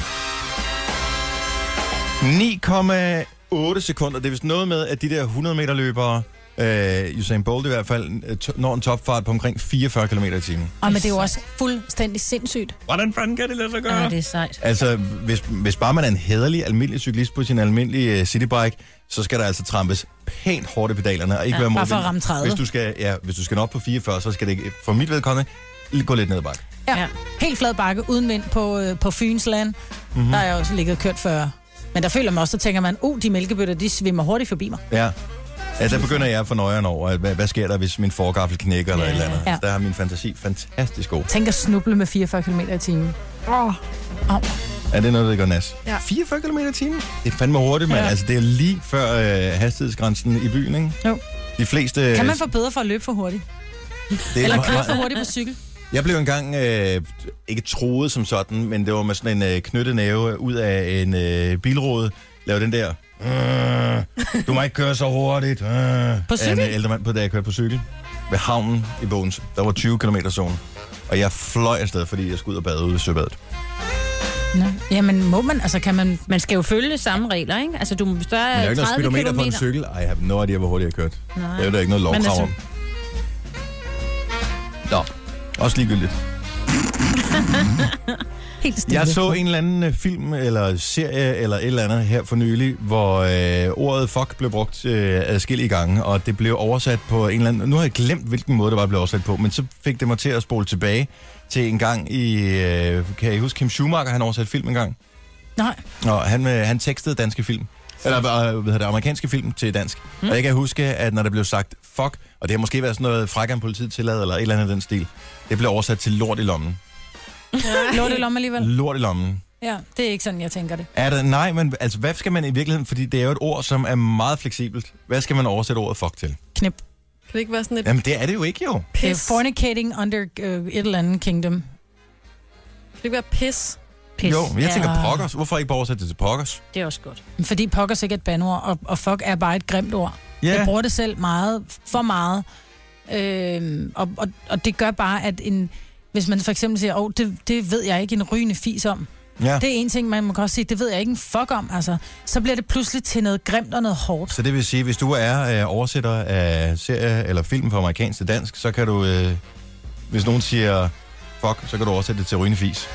S1: 9,8 sekunder. Det er vist noget med, at de der 100 meter løbere, øh, Usain Bolt i hvert fald, øh, to- når en topfart på omkring 44 km i timen.
S2: Ej, men det er jo også fuldstændig sindssygt.
S1: Hvordan fanden kan det lade sig
S3: Ja, det er sejt.
S1: Altså, hvis, hvis bare man er en hederlig, almindelig cyklist på sin almindelige øh, citybike, så skal der altså trampes pænt hårdt i pedalerne, og ikke ja, være
S2: bare
S1: modvind.
S2: for at ramme 30.
S1: Hvis du, skal, ja, hvis du skal nå op på 44, så skal det ikke- for mit vedkommende gå lidt ned ad bakke.
S2: Ja.
S3: Ja.
S2: ja. Helt flad bakke, uden vind på, øh, på Fynsland. Mm-hmm. Der er jeg også ligget og kørt 40. Men der føler man også, så tænker man, uh, de mælkebøtter, de svimmer hurtigt forbi mig.
S1: Ja. Ja, der begynder jeg at få nøjeren over, at hvad, hvad sker der, hvis min forgaffel knækker eller et eller andet.
S2: Ja.
S1: Ja. Der har min fantasi fantastisk god.
S2: Tænk at snuble med 44 km i timen.
S4: Åh,
S1: Er det noget, der går nas?
S4: Ja.
S1: 44 km i timen? Det er fandme hurtigt, mand.
S2: Ja.
S1: Ja. Altså, det er lige før øh, hastighedsgrænsen i byen, ikke?
S2: Jo.
S1: De fleste...
S2: Kan man få bedre for at løbe for hurtigt?
S1: det er
S2: Eller
S1: meget-
S2: køre for
S1: meget-
S2: hurtigt på (laughs) cykel?
S1: Jeg blev engang øh, ikke troet som sådan, men det var med sådan en øh, knyttet næve ud af en øh, bilråde. Lav den der. "Øh, Du må ikke køre så hurtigt. øh,"
S2: På
S1: af En
S2: cykel?
S1: øh, ældre mand på, da jeg kørte på cykel. Ved havnen i Bogens. Der var 20 km zone. Og jeg fløj afsted, fordi jeg skulle ud og bade ude i søbadet.
S2: Nå. Jamen, må man? Altså, kan man...
S3: Man skal jo følge samme regler, ikke? Altså, du må
S1: Men der er jo
S3: spørge
S1: ikke noget
S3: 30
S1: speedometer
S3: km.
S1: på en cykel. Ej, jeg har no idea, hvor hurtigt jeg kørte.
S3: Nej.
S1: Det er jo der ikke noget
S2: Men
S1: lovkrav om.
S2: altså-
S1: Nå, også ligegyldigt.
S2: (laughs) Helt stille.
S1: Jeg så en eller anden øh, film eller serie eller et eller andet her for nylig, hvor øh, ordet fuck blev brugt øh, adskillige gange, og det blev oversat på en eller anden... Nu har jeg glemt, hvilken måde det var, det blev oversat på, men så fik det mig til at spole tilbage til en gang i... Øh, kan I huske Kim Schumacher? Han oversatte film en gang.
S2: Nej.
S1: Og han, øh, han tekstede danske film. Eller øh, hvad hedder det, amerikanske film til dansk. Mm. Og jeg kan huske, at når der blev sagt fuck, og det har måske været sådan noget frækker end politiet tillader, eller et eller andet af den stil, det blev oversat til lort i lommen.
S2: Lå det lomme alligevel?
S1: Lort i lommen.
S2: Ja, det er ikke sådan, jeg tænker det.
S1: Er det, nej, men altså, hvad skal man i virkeligheden, fordi det er jo et ord, som er meget fleksibelt. Hvad skal man oversætte ordet fuck til?
S2: Knip.
S4: Kan det ikke være sådan et
S1: Jamen, det er det jo ikke jo.
S2: Det er
S4: pis? Kan
S2: fornicating under øh, et eller andet kingdom.
S4: det ikke være pis?
S3: Pis.
S1: Jo, jeg
S2: Ja.
S1: tænker pokkers. Hvorfor ikke bare oversætte det til pokkers?
S3: Det er også godt.
S2: Fordi pokkers ikke er et bandord, og, og fuck er bare et grimt ord.
S1: Ja,
S2: Yeah. Jeg
S1: yeah.
S2: bruger det selv meget, for meget. Øhm, og, og, og det gør bare, at en, hvis man for eksempel siger, åh, det, det ved jeg ikke en rygende fis om.
S1: ja.
S2: Det er en ting, man, man kan også sige, det ved jeg ikke en fuck om, altså. Så bliver det pludselig til noget grimt og noget hårdt.
S1: Så det vil sige, hvis du er øh, oversætter af serie eller film fra amerikansk til dansk, så kan du, øh, hvis nogen siger fuck, så kan du oversætte det til rygende fis.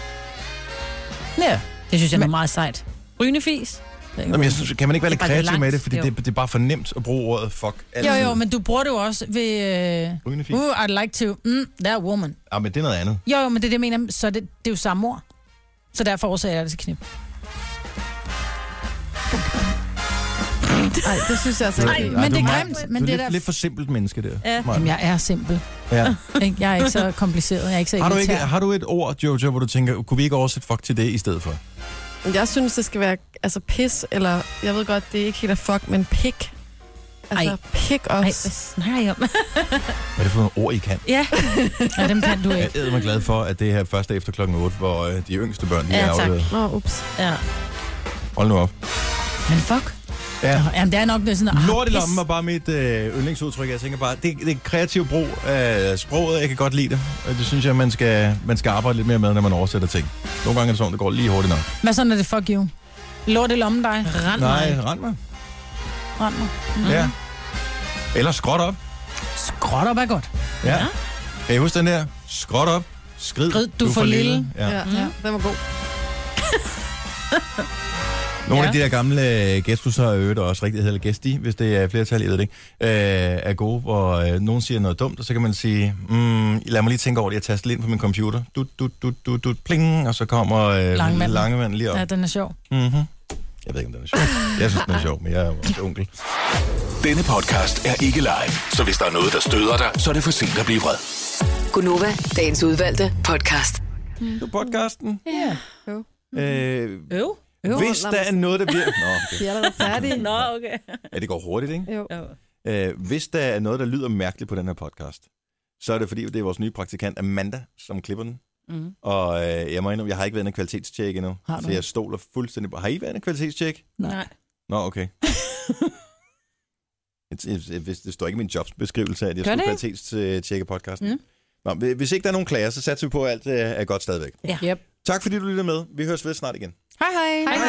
S2: Ja.
S3: Det synes jeg er
S2: Men-
S3: meget sejt. Rynefis.
S1: Nå, men jeg synes, kan man ikke være lidt
S3: Det er bare lidt
S1: kreativ med det,
S3: langt,
S1: fordi
S3: jo.
S1: det, det er bare for nemt at bruge ordet fuck.
S2: Jo, jo, men du bruger det jo også ved... Øh,
S1: Rygende fis?
S2: uh, I'd like to... Mm, that woman.
S1: Ja, men det er noget andet.
S2: Jo, jo, men det er det, jeg mener. Så er det, det er jo samme ord. Så derfor årsager jeg det til knip.
S4: Nej, det synes jeg altså
S1: Ej,
S4: ikke.
S2: men
S1: du
S2: det er
S1: ah, meget-
S2: grimt,
S1: du
S2: men det er
S1: lidt,
S2: da-
S1: lidt for simpelt menneske der.
S3: Ja.
S1: Maja.
S2: Jamen, jeg er simpel.
S1: ja.
S2: ikke? Jeg er ikke så kompliceret. Jeg er ikke så
S1: Har du, ikke,
S2: elitær.
S1: har du et ord, Jojo, hvor du tænker, kunne vi ikke oversætte fuck til det i stedet for?
S4: Jeg synes, det skal være altså pis, eller jeg ved godt, det er ikke helt af fuck, men pik. Altså
S3: Ej.
S4: pik
S3: Ej, hvad
S4: også.
S3: snakker I om?
S1: Hvad er det for nogle ord, I kan?
S3: ja,
S2: Ja, dem kan du
S1: Jeg
S2: ikke.
S1: er mig glad for, at det her først er efter klokken 8, hvor øh, de yngste børn de
S3: Ja,
S1: er
S3: tak.
S1: afleveret.
S4: Nå, ups.
S3: ja.
S1: Hold nu op.
S2: (laughs) Men fuck.
S1: Ja.
S2: Nå, Jamen, det er nok noget sådan... ah,
S1: Lort i
S2: pis.
S1: lommen er bare mit øh, yndlingsudtryk. Jeg tænker bare, det, det er kreativ brug af sproget. Jeg kan godt lide det. Og det synes jeg, man skal, man skal arbejde lidt mere med, når man oversætter ting. Nogle gange er det sådan, det går lige hurtigt nok.
S2: Hvad sådan er det fuck you? Lort i lommen dig.
S3: Rand
S1: Nej,
S3: mig.
S1: rend mig.
S2: Rand mig.
S1: Mm. Ja. Eller skråt op.
S2: Skråt op er godt.
S1: Ja. ja. Kan I huske den der? Skråt op. Skrid,
S2: Skrid, du for lille.
S1: Ja.
S4: Ja, ja. den var god.
S1: Nogle ja. af de der gamle øh, gæsthusser er i øvrigt også rigtig, eller gæsti, hvis det er flertal, jeg ved det ikke, øh, er gode, hvor øh, nogen siger noget dumt, og så kan man sige, mm, lad mig lige tænke over det, jeg taster lige ind på min computer, du, du, du, du, du, pling, og så kommer øh,
S2: Langmanden.
S1: Langemand lige op.
S2: Ja,
S1: Ja.
S2: den er sjov.
S1: Mm-hmm. Jeg ved ikke, om den er sjov. Jeg synes, den er sjov, men jeg er jo også onkel.
S5: Denne podcast er ikke live, så hvis der er noget, der støder dig, så er det for sent at blive vred.
S6: Gunova, dagens udvalgte podcast.
S1: Det er podcasten.
S2: Ja.
S1: Øh,
S3: Øv.
S4: Øv,
S1: hvis
S4: lad
S1: der
S4: mig-
S1: er noget, der bliver... Nå, okay.
S4: Vi er allerede færdige.
S3: Nå, okay.
S1: ja, det går hurtigt, ikke?
S4: Jo.
S1: Øh, hvis der er noget, der lyder mærkeligt på den her podcast, så er det fordi, det er vores nye praktikant Amanda, som klipper den.
S3: Mm.
S1: Og øh, jeg må indrømme, jeg har ikke været inde i kvalitetstjek endnu.
S2: Har du
S1: Så jeg stoler fuldstændig på... Har I været inde i kvalitetstjek?
S3: Nej.
S1: Nå,
S3: (laughs)
S1: okay. Et- et- et- Hvis det står ikke i min jobsbeskrivelse, at jeg
S3: Gør
S1: skulle
S3: det
S1: kvalitetstjekke podcasten. Mm.
S3: Mm.
S1: Nå, hvi- hvis ikke der er nogen klager, så satser vi på, at alt øh, er godt stadigvæk.
S3: Ja.
S2: Yep.
S1: Tak fordi du lytter med. Vi høres ved snart igen.
S2: Hej hej.
S4: Hej.